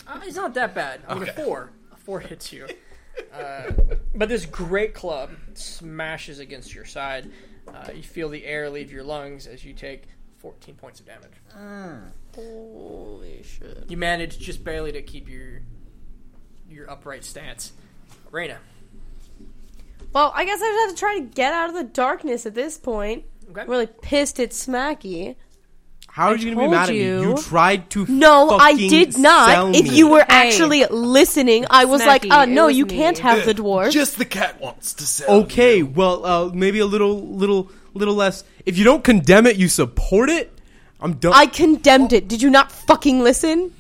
Uh, it's not that bad. I mean, a Okay. four. A four hits you. Uh, but this great club smashes against your side. Uh, you feel the air leave your lungs as you take 14 points of damage. Hmm. Holy shit. You manage just barely to keep your your upright stance. Reyna. Well, I guess I just have to try to get out of the darkness at this point. Okay. I'm really pissed at Smacky. How are you gonna be told mad at me? you. You tried to. No, I fucking did sell not. If me. you were Hey. actually listening, I was like, Smacky, uh, it no, was you me. can't have the dwarf. Just the cat wants to sell. okay, well, uh, maybe a little, little, little less. If you don't condemn it, you support it. I'm done. I condemned it. Did you not fucking listen?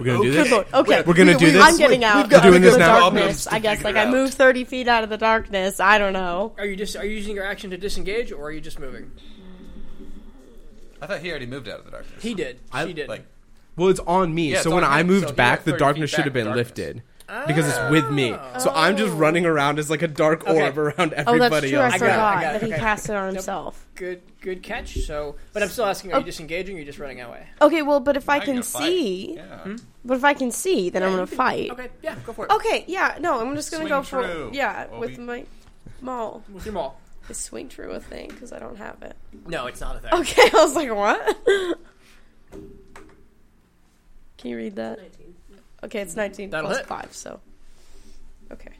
we're gonna do this. Good lord. Okay. We're gonna do this. I'm getting out We've got of doing the this now. darkness. I guess, like, I moved 30 feet out of the darkness. I don't know. Are you just are you using your action to disengage or are you just moving? I thought he already moved out of the darkness. He did. I- she did. like Well, it's on me. Yeah, so it's when on I him, moved so he back, got the 30 darkness feet should have back been in lifted because it's with me. So I'm just running around as like a dark Okay. orb around Ah. Oh, that's everybody true. I else. got it, I forgot got it, that he okay. cast it on himself. good good catch. So, but I'm still asking: Are you disengaging? or Are you just running away? Okay, well, but if I I'm can gonna fight. see, Yeah. but if I can see, then I'm Yeah, gonna you can- fight. Okay, yeah, go for it. Okay, yeah, no, I'm just gonna Swing go for true. yeah Well, with we- my maul. With your maul. Is swing true a thing? Because I don't have it. No, it's not a thing. Okay, I was like, what? Can you read that? Okay, it's 19 That'll plus hit. five, so okay.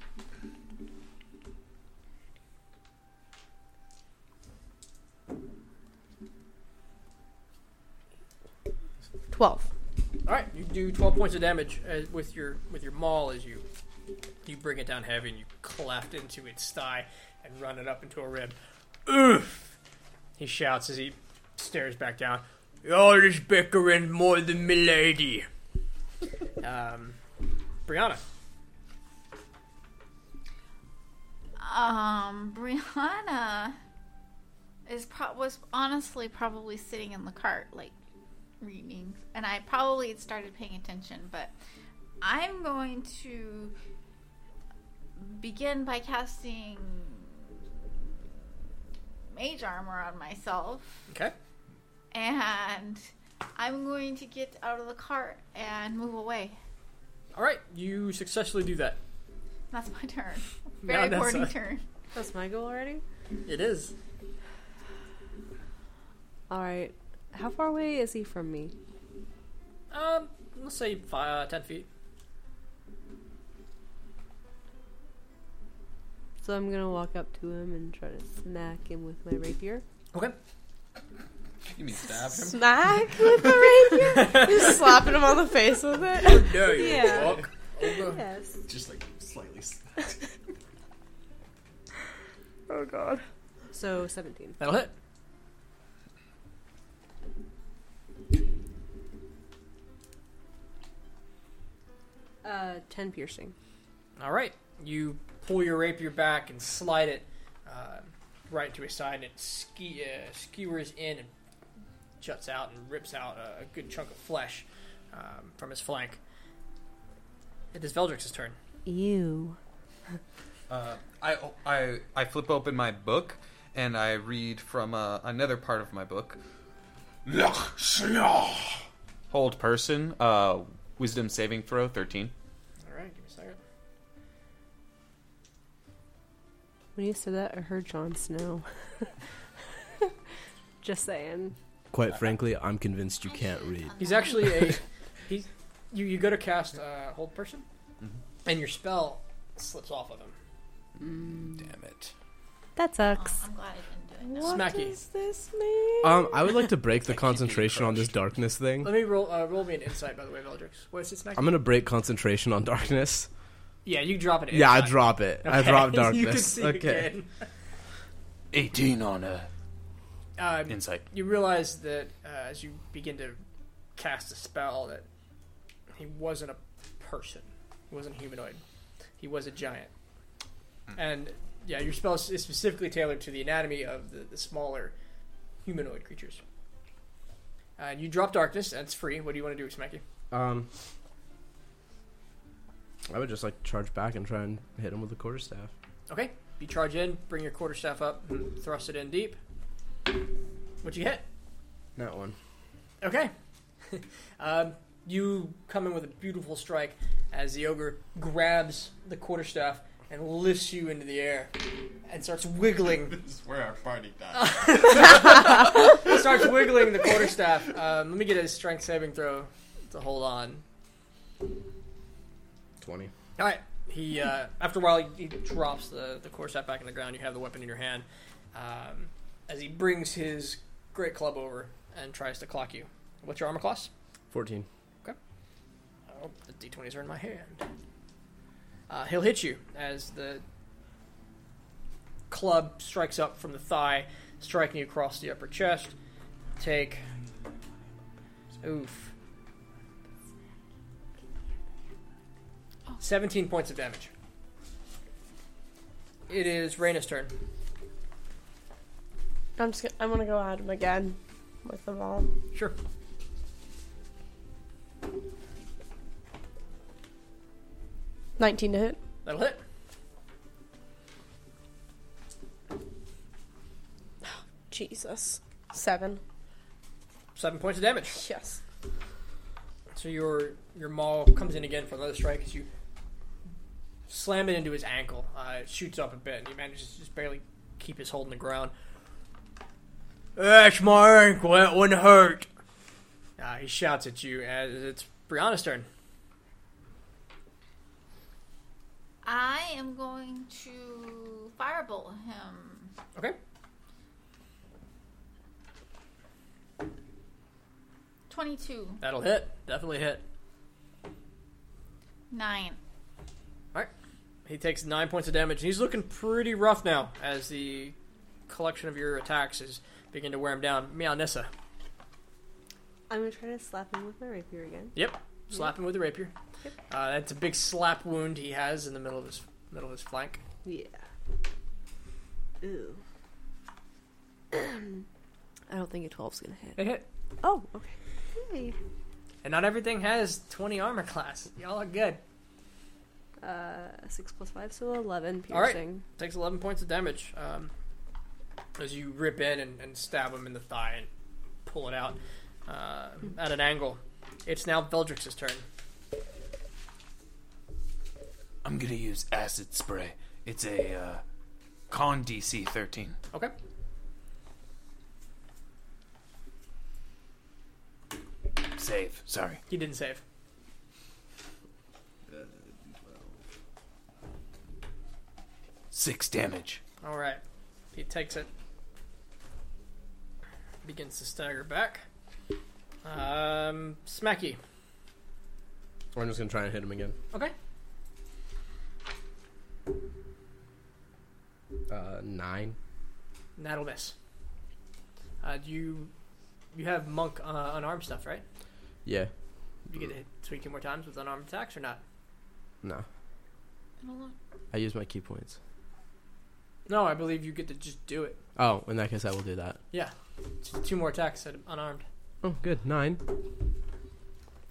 Twelve. All right, you do twelve points of damage uh, with your with your maul as you you bring it down heavy and you cleft into its thigh and run it up into a rib. Oof! He shouts as he stares back down. Y'all is bickering more than milady. Um, Brianna. Um, Brianna is pro- was honestly probably sitting in the cart, like reading, and I probably had started paying attention, but I'm going to begin by casting mage armor on myself, Okay. and I'm going to get out of the cart and move away. All right, you successfully do that. That's my turn. No, Very that's boring not- turn. That's my goal already? It is. Alright. How far away is he from me? Um, let's say five, uh, ten feet. So I'm gonna walk up to him and try to smack him with my rapier. Okay. You mean stab him? Smack with the rapier? You're just slapping him on the face with it? No. Yeah. Walk. Yes. Just like slightly. Oh god. So 17. That'll hit. Uh, 10 piercing. All right. You pull your rapier back and slide it uh, right to his side, and it ske- uh, skewers in and juts out and rips out a, a good chunk of flesh um, from his flank. It is Veldrix's turn. Ew. Uh, I, I, I flip open my book and I read from uh, another part of my book. Hold person, uh, wisdom saving throw, 13. All right. Give me a second. When you said that, I heard Jon Snow. Just saying. Quite frankly, I'm convinced you I can't should read. unlock He's actually a he's you. You go to cast uh, hold person, Mm-hmm. and your spell slips off of him. Damn it. That Oh, sucks. I'm glad I didn't do it. What Smacky. does this Uh, mean? Um, I would like to break the concentration on this darkness thing. Let me roll. Uh, roll me an insight, by the way, Veldrix. What is its next? I'm gonna break concentration on darkness. yeah, you drop it. Yeah, I drop it. I drop darkness. you can see okay. again. 18 on uh, Um, insight. you realize that uh, as you begin to cast a spell that he wasn't a person he wasn't humanoid he was a giant and yeah your spell is specifically tailored to the anatomy of the, the smaller humanoid creatures uh, and you drop darkness and it's free what do you want to do smacky Um, I would just like charge back and try and hit him with a quarterstaff. okay you charge in bring your quarterstaff up and thrust it in deep what you hit That one. Okay. um, you come in with a beautiful strike as the ogre grabs the quarterstaff and lifts you into the air and starts wiggling. This is where our party died. starts wiggling the quarterstaff. Um, let me get a strength saving throw to hold on. Twenty. All right. He uh, after a while he, he drops the the quarterstaff back in the ground. You have the weapon in your hand um, as he brings his great club over and tries to clock you. What's your armor class? Fourteen. Oh, the d20s are in my hand. Uh, he'll hit you as the club strikes up from the thigh, striking you across the upper chest. Take. Oof. 17 points of damage. It is Raina's turn. I'm just gonna, I'm gonna go at him again with them all. Sure. Nineteen to hit. That'll hit. Jesus. Seven. Seven points of damage. Yes. So your your maul comes in again for another strike as you slam it into his ankle. Uh, it shoots up a bit, and he manages to just barely keep his hold in the ground. That's my ankle. That one hurt. Uh, he shouts at you as it's Brianna's turn. I am going to fireball him. Okay. Twenty-two, That'll hit. Definitely hit. nine. He takes nine points of damage, and he's looking pretty rough now as the collection of your attacks is begin to wear him down. Meow Nissa. I'm gonna try to slap him with my rapier again. Yep. Slap him with a rapier. Uh, that's a big slap wound he has in the middle of his middle of his flank. Yeah. Ooh. I don't think a 12's gonna hit. It hit. Oh, okay. Hey. And not everything has 20 armor class. Y'all are good. Uh, 6 plus 5, so 11 All right. piercing. Takes 11 points of damage um, as you rip in and, and stab him in the thigh and pull it out uh, at an angle. It's now Veldrix's turn. I'm gonna use acid spray. It's a uh, con DC 13. Okay. Save. Sorry. He didn't save. Six damage. All right. He takes it. Begins to stagger back. Um, Smacky. I'm just gonna try and hit him again. Okay. Uh, nine. And That'll miss. Uh, do you you have monk uh, unarmed stuff, right? Yeah. You get to hit three two more times with unarmed attacks or not? No. I don't know. I use my key points. No, I believe you get to just do it. Oh, in that case, I will do that. Yeah, T- two more attacks at unarmed. Oh, good. Nine.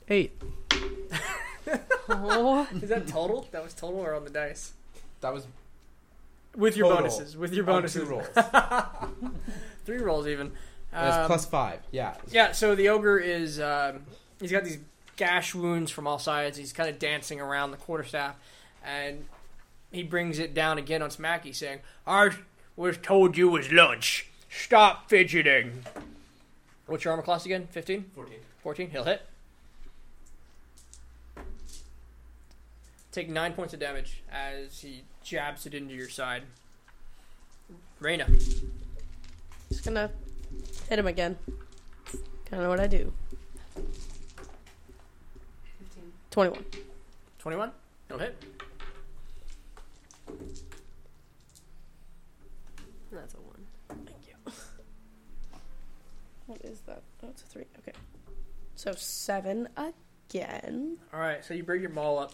Eight. Is that total? that was total or on the dice? That was With your Total. bonuses. With your on bonuses. two rolls. Three rolls even. And it's Um, plus five. Yeah. Yeah, so the ogre is um, he's got these gash wounds from all sides. He's kind of dancing around the quarterstaff, and he brings it down again on Smacky, saying, "I was told you was lunch. Stop fidgeting." What's your armor class again? 15? 14. 14, he'll hit. Take 9 points of damage as he jabs it into your side. Reyna. Just gonna hit him again. Kinda what I do. 21. 21. He'll hit. That's a 1. What is that? Oh, it's a 3. Okay. So 7 again. All right, so you bring your maul up,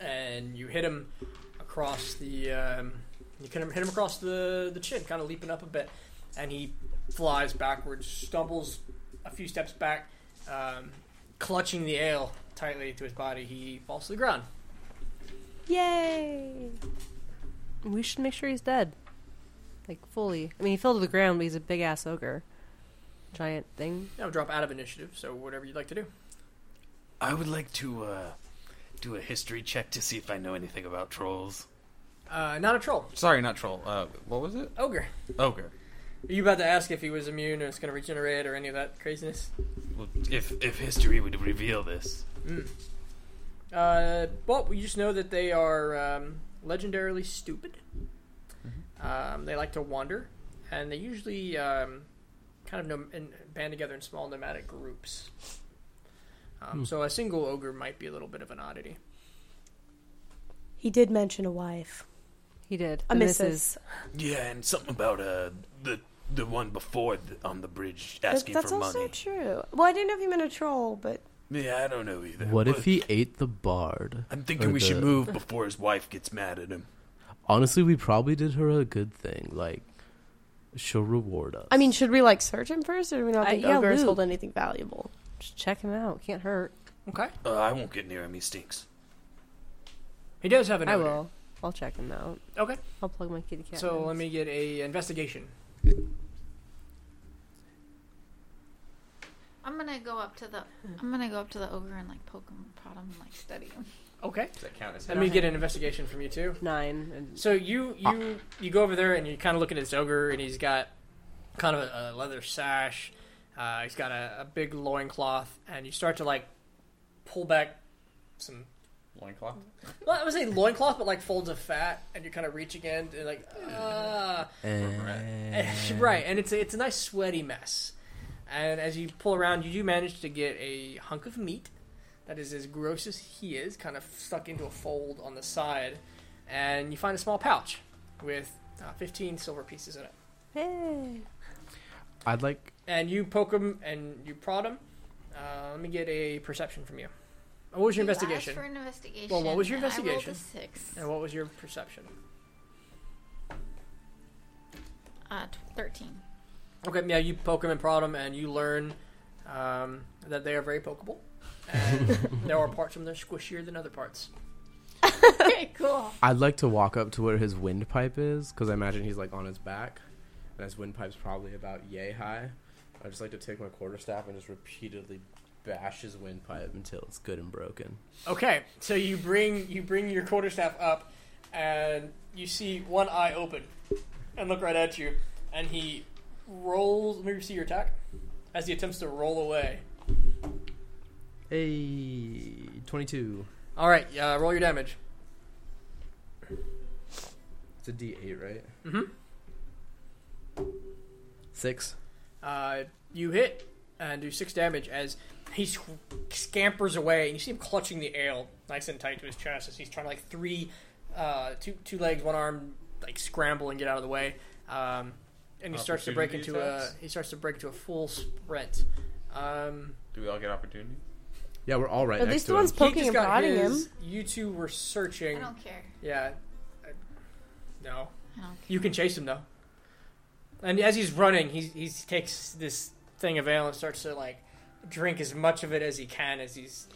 and you hit him across the. Um, you kind of hit him across the the chin, kind of leaping up a bit, and he flies backwards, stumbles a few steps back, um, clutching the ale tightly to his body. He falls to the ground. Yay! We should make sure he's dead. Like, fully. I mean, he fell to the ground, but he's a big ass ogre. Giant thing. Now drop out of initiative, so whatever you'd like to do. I would like to uh, do a history check to see if I know anything about trolls. Uh, not a troll, Sorry, not troll. Uh, what was it? ogre. Ogre. Are you about to ask if he was immune or it's going to regenerate or any of that craziness? Well, If if history would reveal this, Uh, well, you just know that they are um, legendarily stupid. Mm-hmm. Um, they like to wander, and they usually um, kind of nom- in, band together in small nomadic groups. Hmm. Um, So a single ogre might be a little bit of an oddity. He did mention a wife. He did. A The missus. yeah, and something about uh the the one before th on the bridge That- asking that's for also money. true. Well, I didn't know if you meant a troll, but Yeah, I don't know either. What But if he ate the bard? I'm thinking or we should the- move before his wife gets mad at him. Honestly, we probably did her a good thing. Like, she'll reward us. I mean, should we like search him first, or do we not Uh, think yeah, ogres loot. hold anything valuable? Just check him out. Can't hurt. Okay, Uh, I won't get near him. He stinks. he does have an. I ogre. will. I'll check him out. Okay, I'll plug my kitty cat. so in. let me get a investigation. I'm gonna go up to the I'm gonna go up to the ogre and like poke him, prod him, and like study him. Okay, Does that count as let me get an investigation from you too. Nine. And So you you you go over there and you kind of look at this ogre and he's got kind of a, a leather sash. Uh, he's got a, a big loincloth and you start to like pull back some. Loincloth. Well, I would say loincloth, but like folds of fat, and you kind of reach again and like ah, And- right. And it's a, it's a nice sweaty mess. And as you pull around, you do manage to get a hunk of meat that is as gross as he is, kind of stuck into a fold on the side, and you find a small pouch with uh, 15 silver pieces in it. hey. I'd like. And you poke him and you prod him. Uh, let me get a perception from you. What was your You asked investigation? for an investigation. Well, what was your and I rolled a investigation? six. And what was your perception? Uh, t- thirteen. Okay, yeah, you poke him and prod him, and you learn um, that they are very pokeable. And there are parts of them that are squishier than other parts. Okay, cool. I'd like to walk up to where his windpipe is because I imagine he's like on his back, and his windpipe's probably about yay high. I just like to take my quarterstaff and just repeatedly bash his windpipe until it's good and broken. Okay, so you bring you bring your quarterstaff up, and you see one eye open, and look right at you, and he rolls. Let me see your attack as he attempts to roll away. Hey, twenty-two. All right, uh, roll your damage. It's a D eight, right? Mhm. Mm-hmm. Six. Uh, you hit and do six damage as he sc- scampers away, and you see him clutching the ale nice and tight to his chest as he's trying to like three, uh, two two legs, one arm, like scramble and get out of the way. Um, and he starts to break Uh, Opportunity into attacks? a he starts to break into a full sprint. Um, Do we all get opportunities? Yeah, we're all right. At next least to the one's him. he poking just and got prodding him. his. You two were I searching. don't care. Yeah. I- No. I don't care. You can chase him though. And as he's running, he he takes this thing of ale and starts to like drink as much of it as he can as he's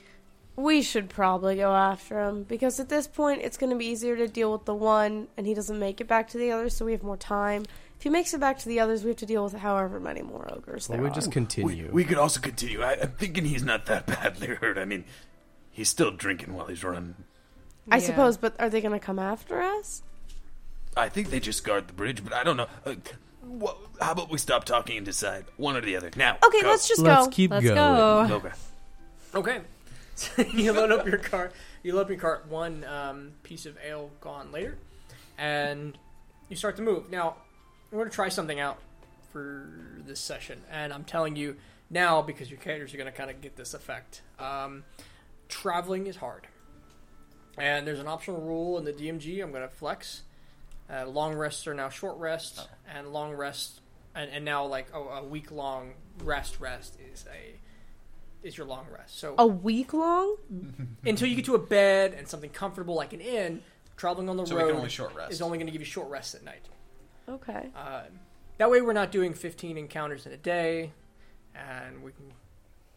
We should probably go after him because at this point it's going to be easier to deal with the one, and he doesn't make it back to the others, so we have more time. If he makes it back to the others, we have to deal with however many more ogres Well, there we are. just We, continue. we could also continue. I, I'm thinking he's not that badly hurt. I mean, he's still drinking while he's running. I Yeah. suppose, but are they going to come after us? I think they just guard the bridge, but I don't know. Uh, wha how about we stop talking and decide one or the other now? Okay, go. let's just Let's go. keep Let's going. go. Okay. okay. So you load up your cart. You load up your cart. One um, piece of ale gone later, and you start to move. Now, we're going to try something out for this session, and I'm telling you now because your characters are going to kind of get this effect. Um, traveling is hard, and there's an optional rule in the DMG. I'm going to flex. Uh, long rests are now short rests, and long rests, and, and now like oh, a week long rest rest is a is your long rest. So A week long? until you get to a bed and something comfortable like an inn, traveling on the So we road can only short rest. is only going to give you short rests at night. Okay. Uh, that way, we're not doing 15 encounters in a day, and we can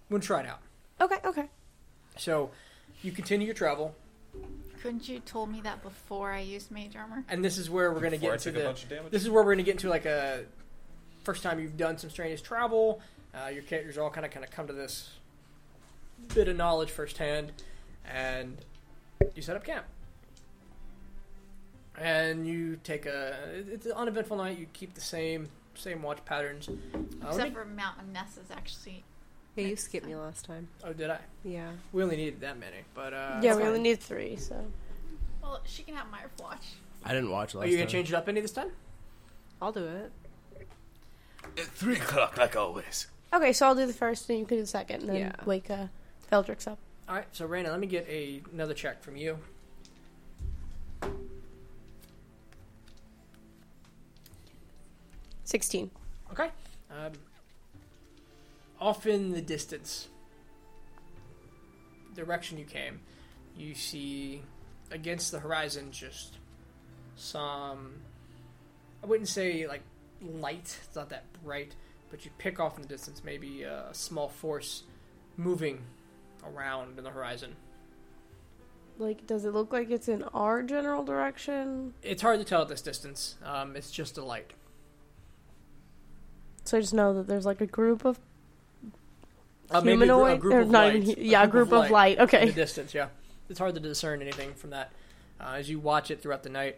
we'll try it out. Okay, okay. So you continue your travel, Couldn't you told me that before I used mage armor? and this is where we're going to Before get into I took a the. bunch of damage? This is where we're going to get into like a first time you've done some strange travel. Uh, your characters all kind of kind of come to this bit of knowledge firsthand, and you set up camp. And you take a it- it's an uneventful night. You keep the same same watch patterns. Uh, let Except me- for Mountain Ness is actually. Yeah, you skipped me last time. oh, did I? Yeah. We only needed that many, but uh, yeah, we fine. only need three, so. Well, she can have my watch. I didn't watch last Are you gonna time. change it up any this time? I'll do it. At uh, three o'clock, like always. Okay, so I'll do the first, and you can do the second, and then Yeah. wake uh, Feldrix up. All right, so Raina, let me get a, another check from you. Sixteen. Okay. Um, off in the distance, direction you came, you see against the horizon just some. I wouldn't say like light, it's not that bright, but you pick off in the distance maybe a small force moving around in the horizon. Like, does it look like it's in our general direction? It's hard to tell at this distance, um, it's just a light. So I just know that there's like a group of Uh, maybe a gr- humanoid, a group or of not lights. even hu- yeah, a group, of in light. the Okay, distance. Yeah, it's hard to discern anything from that. Uh, as you watch it throughout the night,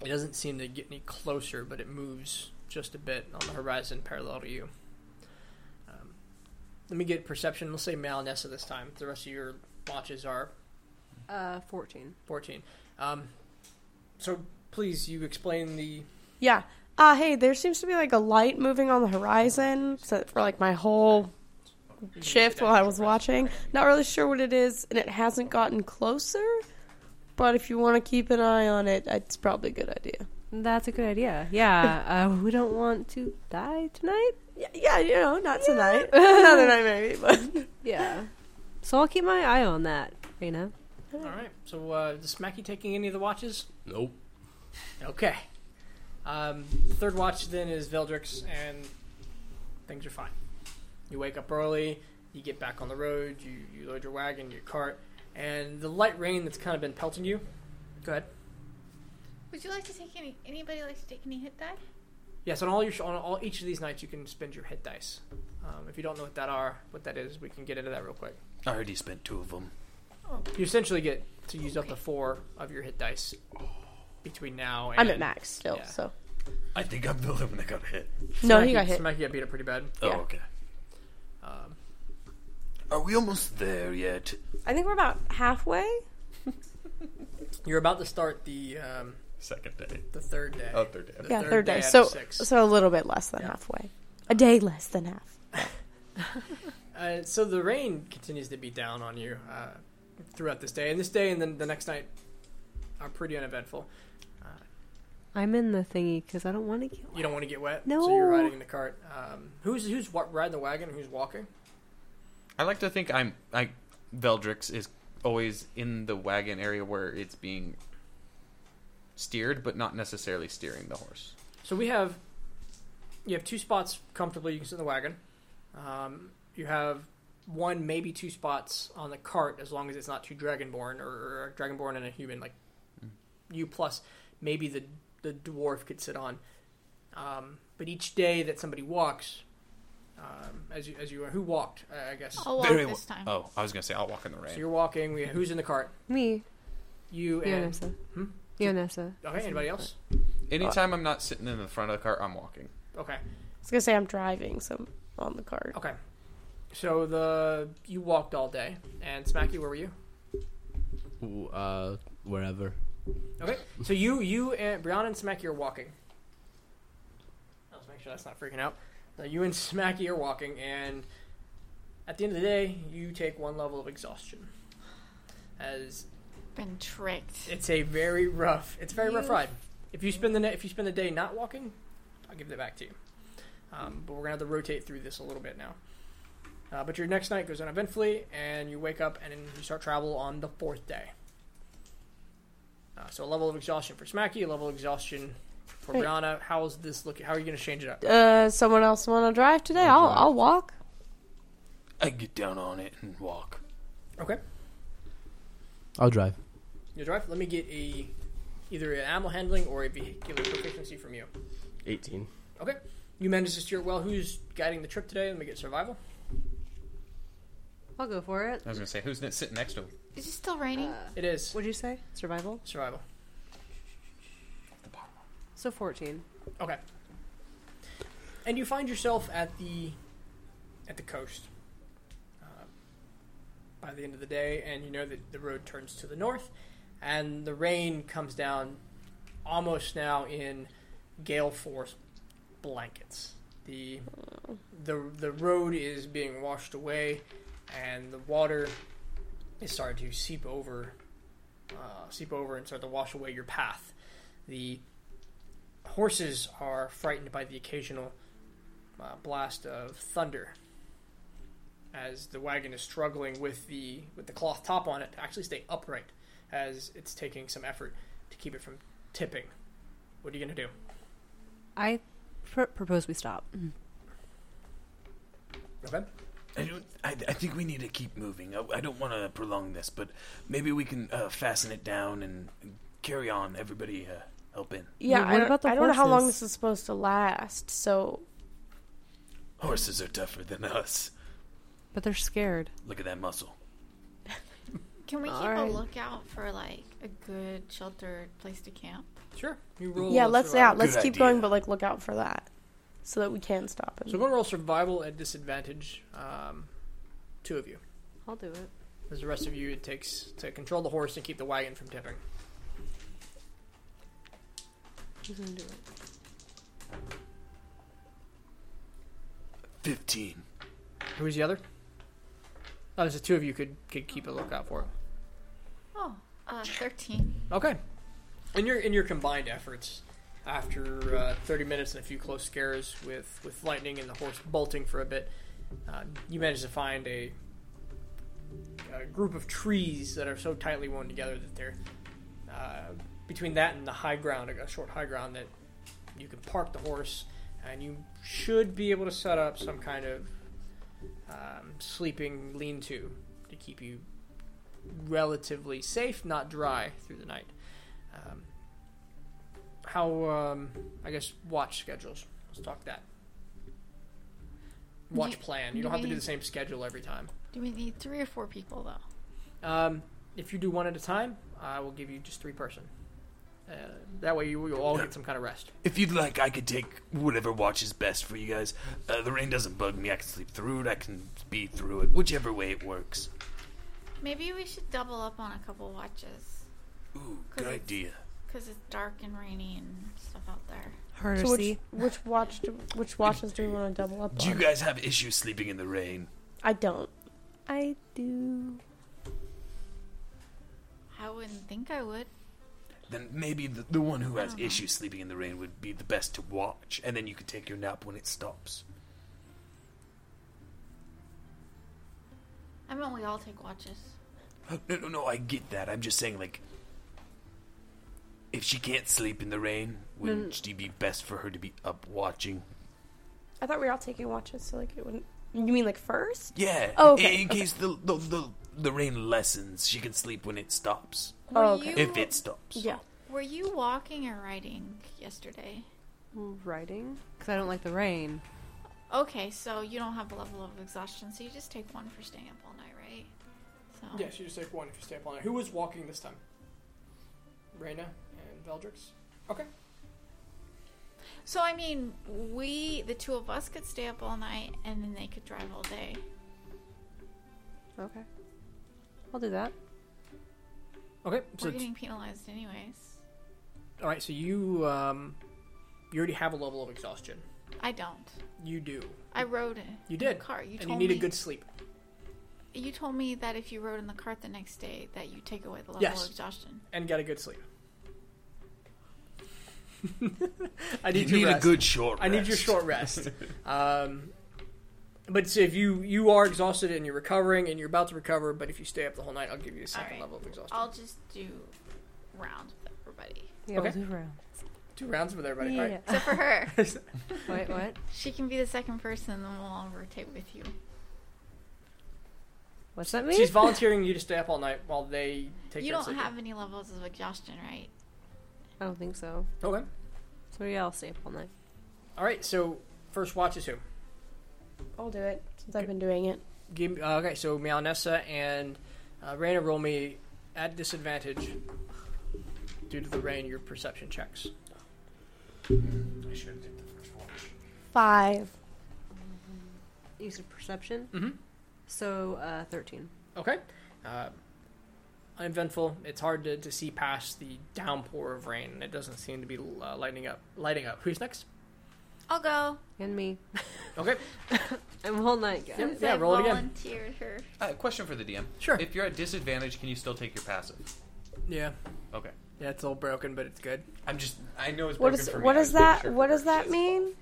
it doesn't seem to get any closer, but it moves just a bit on the horizon, parallel to you. Um, let me get perception. We'll say Malnessa this time. The rest of your watches are Uh, 14. fourteen. Um, so please, you explain the. yeah. Uh, hey, there seems to be like a light moving on the horizon so for like my whole shift while I was watching. Not really sure what it is, and it hasn't gotten closer. But if you want to keep an eye on it, it's probably a good idea. That's a good idea. Yeah. uh, we don't want to die tonight. Yeah, yeah you know, not tonight, another night maybe, but Yeah. So I'll keep my eye on that, Rena. All right. So uh, is Smacky taking any of the watches? Nope. Okay. Um, third watch then is Veldrix, and things are fine. You wake up early, you get back on the road, you, you load your wagon, your cart, and the light rain that's kind of been pelting you. Go ahead. Would you like to take any? Anybody like to take any hit die? Yes, on all your on all each of these nights, you can spend your hit dice. Um, if you don't know what that are, what that is, we can get into that real quick. I already spent two of them. You essentially get to use up Okay. the four of your hit dice between now. and... I'm at max still, Yeah. so. I think I'm the only one that got hit. No, Smacky- he got hit. Smacky got beat up pretty bad. Oh, Yeah. okay. Um, Are we almost there yet? I think we're about halfway. you're about to start the um, Second day. the third day. Oh, third day. The Yeah, third day. out of So, six. so a little bit less than Yeah. halfway. A day less than half. Uh, so the rain continues to beat down on you uh, throughout this day, and this day and then the next night are pretty uneventful. I'm in the thingy because I don't want to get. You don't want to get wet, so No. you're riding in the cart. Um, who's who's wa- riding the wagon? and Who's walking? I like to think I'm. I Veldrix is always in the wagon area where it's being steered, but not necessarily steering the horse. So we have you have two spots comfortably you can sit in the wagon. Um, you have one, maybe two spots on the cart as long as it's not two dragonborn or, or a dragonborn and a human like you plus maybe the the dwarf could sit on. Um, but each day that somebody walks, um, as you as you who walked, I I guess. I'll walk Very this time. Oh, I was gonna say I'll walk in the So rain. you're walking. We, who's in the cart? Me, You and Yonessa. Hmm? Yonessa. okay. Anybody else? Anytime I'm not sitting in the front of the car, I'm walking. Okay. I was gonna say I'm driving, so I'm on the card. Okay. So the you walked all day, and Smacky, where were you? Ooh, uh, wherever. Okay. So you, you, and Brianna and Smacky are walking. Let's make sure that's not freaking out. So you and Smacky are walking, and at the end of the day, you take one level of exhaustion. As Been tricked. it's a very rough, it's a very rough You- ride. If you spend the ne- if you spend the day not walking, I'll give that back to you. Um, but we're gonna have to rotate through this a little bit now. Uh, but your next night goes uneventfully, and you wake up and then you start travel on the fourth day. Uh, so a level of exhaustion for Smacky, a level of exhaustion for Hey. Brianna. How is this looking? How are you gonna change it up? Uh, someone else want to drive today? I'll, I'll walk. I get down on it and walk. Okay, I'll drive. you drive. Let me get a either an animal handling or a vehicular proficiency from you. 18. Okay. You managed to steer it well. Who's guiding the trip today? Let me get survival. I'll go for it. I was gonna say who's ne- sitting next to him. Is it still raining? It is What'd you say? Survival. survival. So 14. Okay. And you find yourself at the at the coast uh, by the end of the day, and you know that the road turns to the north, and the rain comes down almost now in gale force blankets. The the the road is being washed away, and the water is starting to seep over, uh, seep over, and start to wash away your path. The horses are frightened by the occasional uh, blast of thunder as the wagon is struggling with the with the cloth top on it to actually stay upright as it's taking some effort to keep it from tipping what are you going to do I pr- propose we stop. okay I don't. I, I think we need to keep moving. I, I don't want to prolong this, but maybe we can uh, fasten it down and carry on. Everybody, uh, help in. Yeah, Wait, I what don't, about the I don't know how long horses? this is supposed to last. So Horses are tougher than us. But they're scared. Look at that muscle. Can we keep Alright. a lookout for like a good sheltered place to camp? sure you roll a yeah, let's yeah, survival. let's Good keep idea. going, but like look out for that, so that we can stop so him. go and roll survival at disadvantage um, two of you I'll do it. as the rest of you it takes to control the horse and keep the wagon from tipping I'm gonna do it. Fifteen. who's the other oh there's the two of you could could keep a lookout for it Oh, uh, 13. Okay. In your in your combined efforts, after uh, thirty minutes and a few close scares with with lightning and the horse bolting for a bit, uh, you manage to find a a group of trees that are so tightly wound together that they're uh, between that and the high ground, a short high ground that you can park the horse, and you should be able to set up some kind of um, sleeping lean-to to keep you relatively safe, not dry through the night. Um, how um, I guess watch schedules. Let's talk that. Watch Do- plan. You don't do have to we- do the same schedule every time. Do we need three or four people though? Um, if you do one at a time, I will give you just three person. Uh, that way you will all get some kind of rest. If you'd like, I could take whatever watch is best for you guys. Uh, the rain doesn't bug me. I can sleep through it. I can be through it. Whichever way it works. Maybe we should double up on a couple watches Ooh, Could good we- idea. because it's dark and rainy and stuff out there. Harder So which, see. which watch do, which watches do we want to double up Do you on? guys have issues sleeping in the rain? I don't. I do. I wouldn't think I would. Then maybe the, the one who Uh-huh. has issues sleeping in the rain would be the best to watch, and then you could take your nap when it stops. I mean, we all take watches. No, no, no. I get that. I'm just saying, like, if she can't sleep in the rain, wouldn't Mm. she be best for her to be up watching? I thought we were all taking watches, so like it wouldn't. You mean like first? Yeah. in- Oh, okay, In, case the, the the the rain lessens, she can sleep when it stops. Were Oh, okay. you, If it stops. Yeah. were you walking or riding yesterday? Riding? Because I don't like the rain. Okay, so you don't have a level of exhaustion, so you just take one for staying up all night, right? So Yes, you just take one if you stay up all night. Who was walking this time? Reyna and Veldrix? Okay. So I mean, we the two of us could stay up all night, and then they could drive all day. Okay. I'll do that. Okay, so We're it's- getting penalized anyways. all right, so you um, you already have a level of exhaustion. I don't. You do. I rode it. You did. car. You and you told need me- a good sleep. You told me that if you rode in the cart the next day, that you take away the level Yes. of exhaustion. And get a good sleep. I You need, your need a rest. good short. I need your rest. short rest. um, but so if you you are exhausted and you're recovering and you're about to recover, but if you stay up the whole night, I'll give you a second right. level of exhaustion. I'll just do rounds with everybody. Yeah, Okay. we'll do round. Two rounds with everybody. all Yeah. right? Except for her. Wait, what? she can be the second person, then we'll all rotate with you. What's that mean? She's volunteering you to stay up all night while they take. you care don't of sleeping. have any levels of exhaustion, right? I don't think so. Okay. So yeah, I'll stay up all night. All right. So first watch is who? I'll do it since I've been doing it. Give, uh, okay, so Mialnessa and uh, Raina roll me at disadvantage due to the rain. Your perception checks. I should have did the first watch. Five. Use of perception. Mhm. So uh, thirteen. Okay. Uh, uneventful. It's hard to, to see past the downpour of rain. and It doesn't seem to be uh, lighting up. Lighting up. Who's next? I'll go. And me. Okay. I'm whole night, guys. Since yeah, I roll it again. volunteered her. Uh, question for the DM. Sure. If you're at disadvantage, can you still take your passive? Yeah. Okay. Yeah, it's all broken, but it's good. I'm just. I know it's What broken is for me. what I does was making that sure for what her. does that mean?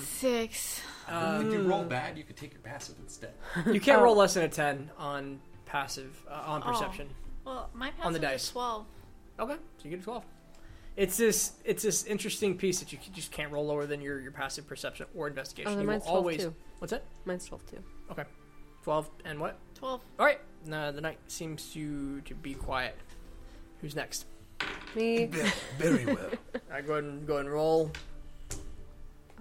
Six. if you roll bad, you could take your passive instead. You can't Oh. roll less than a ten on passive uh, on Oh. perception. Well, my passive On the is dice. twelve. Okay, so you get a twelve. It's this it's this interesting piece that you c- just can't roll lower than your, your passive perception or investigation. Oh, then you will mine's 12 always too. what's that? Mine's twelve too. Twelve and what? Twelve. All right. No, the night seems to to be quiet. Who's next? Me. Ve- Very well. I go ahead and go ahead and roll.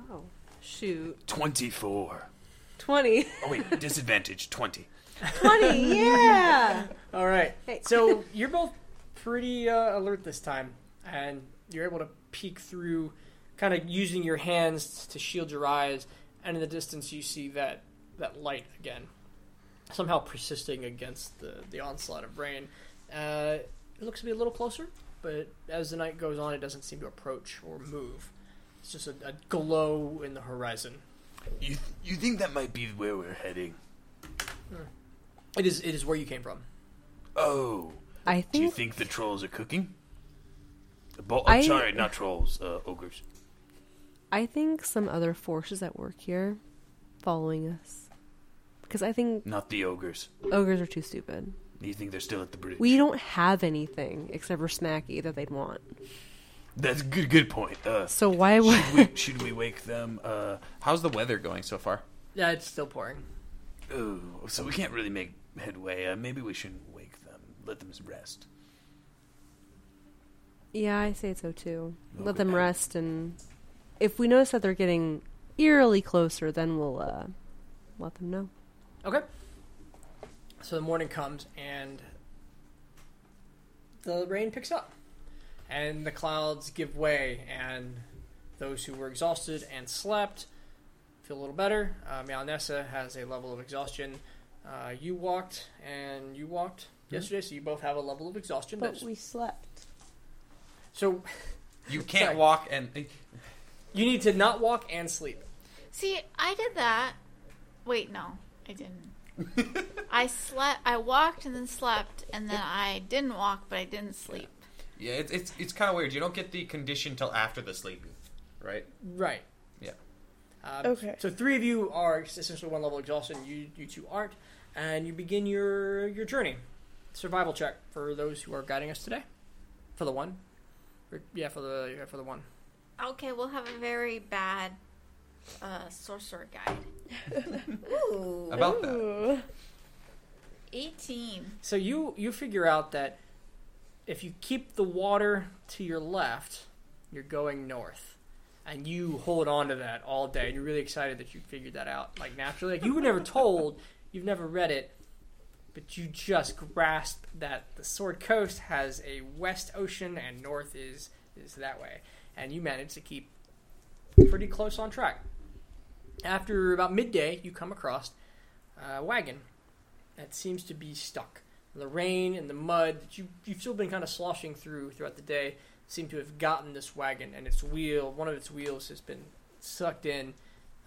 Oh shoot. Twenty-four. Twenty. Oh wait, disadvantage twenty. Twenty. Yeah. All right. Hey. So you're both pretty uh, alert this time, and you're able to peek through, kind of using your hands to shield your eyes. And in the distance, you see that that light again, somehow persisting against the the onslaught of rain. Uh, it looks to be a little closer, but as the night goes on, it doesn't seem to approach or move. It's just a, a glow in the horizon. You th- you think that might be where we're heading? It is it is where you came from. Oh, I do you think think. the trolls are cooking? Bo- I'm I- sorry, not trolls, uh, ogres. I think some other force is at work here, following us. Because I think Not the ogres. ogres are too stupid. You think they're still at the bridge? We don't have anything except for Smacky that they'd want. That's a good. Good point. Uh, So why would should we should we wake them? Uh, How's the weather going so far? Yeah, it's still pouring. oh, so we can't really make headway. Uh, maybe we shouldn't wake them. Let them rest. Yeah, I say so too. Let Okay. them rest, and if we notice that they're getting eerily closer, then we'll uh, let them know. Okay. So the morning comes and the rain picks up. And the clouds give way, and those who were exhausted and slept feel a little better. Uh, Malnessa has a level of exhaustion. Uh, you walked, and you walked yesterday, so you both have a level of exhaustion. But That's- we slept. so You can't Sorry. walk and you need to not walk and sleep. See, I did that. Wait, no, I didn't. I slept. I walked and then slept, and then I didn't walk, but I didn't sleep. yeah, it's it's, it's kind of weird. You don't get the condition till after the sleeping, right? Right. Yeah. Um, Okay. So three of you are essentially one level exhausted. and You you two aren't, and you begin your your journey. Survival check for those who are guiding us today. For the one. For- yeah, for the yeah, for the one. Okay, we'll have a very bad uh, sorcerer guide. Ooh, About that. Ooh. eighteen. So you you figure out that if you keep the water to your left, you're going north. And you hold on to that all day. And you're really excited that you figured that out. Like naturally. Like you were never told, you've never read it, but you just grasp that the Sword Coast has a west ocean and north is is that way. And you manage to keep pretty close on track. After about midday, you come across a wagon that seems to be stuck. The rain and the mud that you, you've still been kind of sloshing through throughout the day seem to have gotten this wagon, and its wheel, one of its wheels, has been sucked in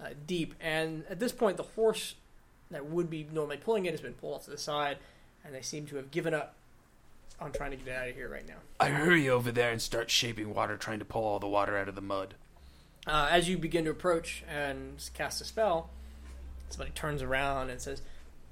uh, deep. And at this point, the horse that would be normally pulling it has been pulled off to the side, and they seem to have given up on trying to get it out of here right now. I hurry over there and start shaping water, trying to pull all the water out of the mud. Uh, as you begin to approach and cast a spell, somebody turns around and says,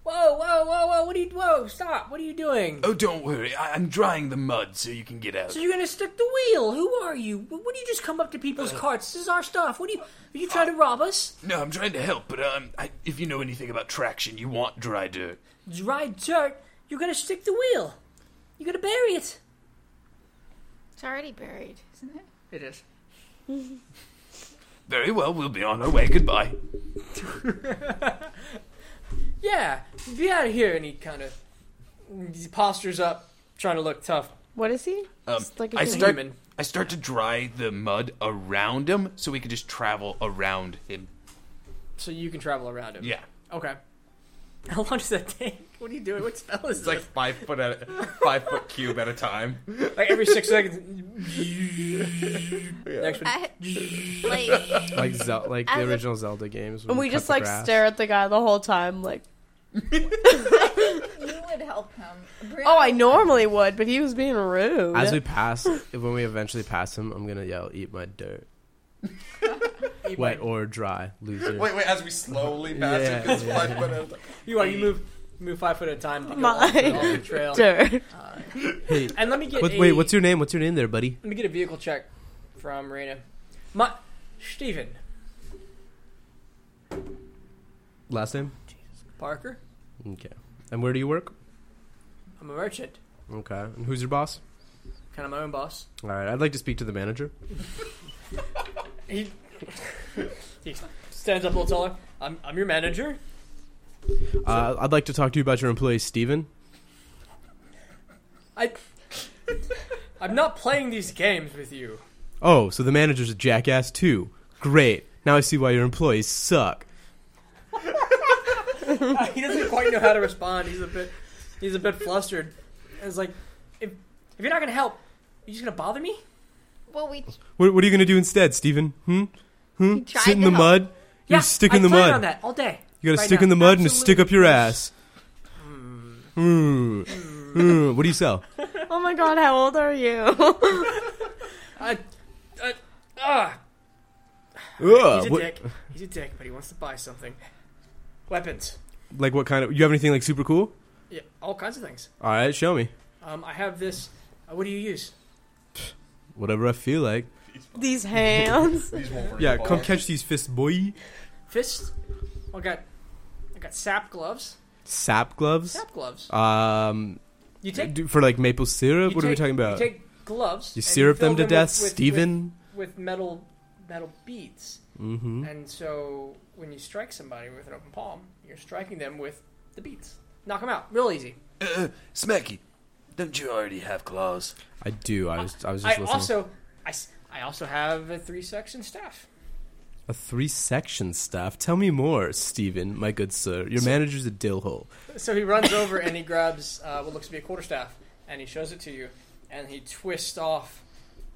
"Whoa, whoa, whoa, whoa! What are you? Whoa, stop! What are you doing?" Oh, don't worry. I- I'm drying the mud so you can get out. So you're gonna stick the wheel? Who are you? What do you just come up to people's carts? This is our stuff. What do you? Are you trying to rob us? No, I'm trying to help, but um, I, if you know anything about traction, you want dry dirt. Dry dirt. You're gonna stick the wheel. You're gonna bury it. It's already buried, isn't it? It is. Very well, we'll be on our way. Goodbye. Yeah, be out of here. And he kind of he postures up, trying to look tough. What is he? Um, Just like a I human. start. human. I start to dry the mud around him, so we can just travel around him. So you can travel around him. Yeah, Okay. How long does that take? What are you doing? What spell is It's like five foot at a, five foot cube at a time. this? Like every six seconds. Next one. I, like, like Zel- like As the a- original Zelda games. when And you we cut just the like grass. stare at the guy the whole time, like. you would help him. Bring- Oh, I normally would, but he was being rude. As we pass, when we eventually pass him, I'm gonna yell, "Eat my dirt, wet or dry, loser." Wait, wait. As we slowly pass Yeah, it, it's yeah. five foot at a time. You are. You move. you Move five foot at a time. To go My off the, off the trail. Uh, dirt. Hey, And let me get. what, a- wait, what's your name? What's your name there, buddy? Let me get a vehicle check from Rena. My Stephen Last name? Parker. Okay. And where do you work? I'm a merchant, Okay. And who's your boss? kind of my own boss. All right. I'd like to speak to the manager. He, he stands up a little taller. I'm, I'm your manager. Uh, I'd like to talk to you about your employee, Steven. I I'm not playing these games with you. Oh, so the manager's a jackass too. Great. Now I see why your employees suck. he doesn't quite know how to respond. He's a bit he's a bit flustered. It's like if if you're not gonna help, you're just gonna bother me. well, we What, what are you going to do instead, Steven? Hmm? Hmm? tried Sit in to the help. mud? You're yeah, gonna stick I in the plan mud. on that all day. You got to right stick now. in the mud and just stick up your Absolutely. ass. Hmm. Hmm. What do you sell? Oh my god, how old are you? I, I, ah, Ugh, he's a what- dick. He's a dick, but he wants to buy something. Weapons. like what kind of? You have anything like super cool? Yeah, all kinds of things. All right, show me. Um, I have this. Uh, what do you use? Whatever I feel like. These hands. These Wolverine Yeah, claws. come catch these fists, boy. Fist. I got. I got sap gloves. Sap gloves. Sap gloves. Um, You take. do- for like maple syrup. you what are we take- talking about? You Uh, You, take gloves. and syrup fill them to with- death, with- Steven. With, with metal, metal beads, mm-hmm. and so when you strike somebody with an open palm, you're striking them with the beads. Knock them out, real easy. Uh, Smacky, don't you already have claws? I do. I was. I was I just listening. also, I, s- I also have a three-section staff. A three-section staff. Tell me more, Steven, my good sir. Your manager's a dillhole. So he runs over and he grabs uh, what looks to be a quarterstaff, and he shows it to you, and he twists off.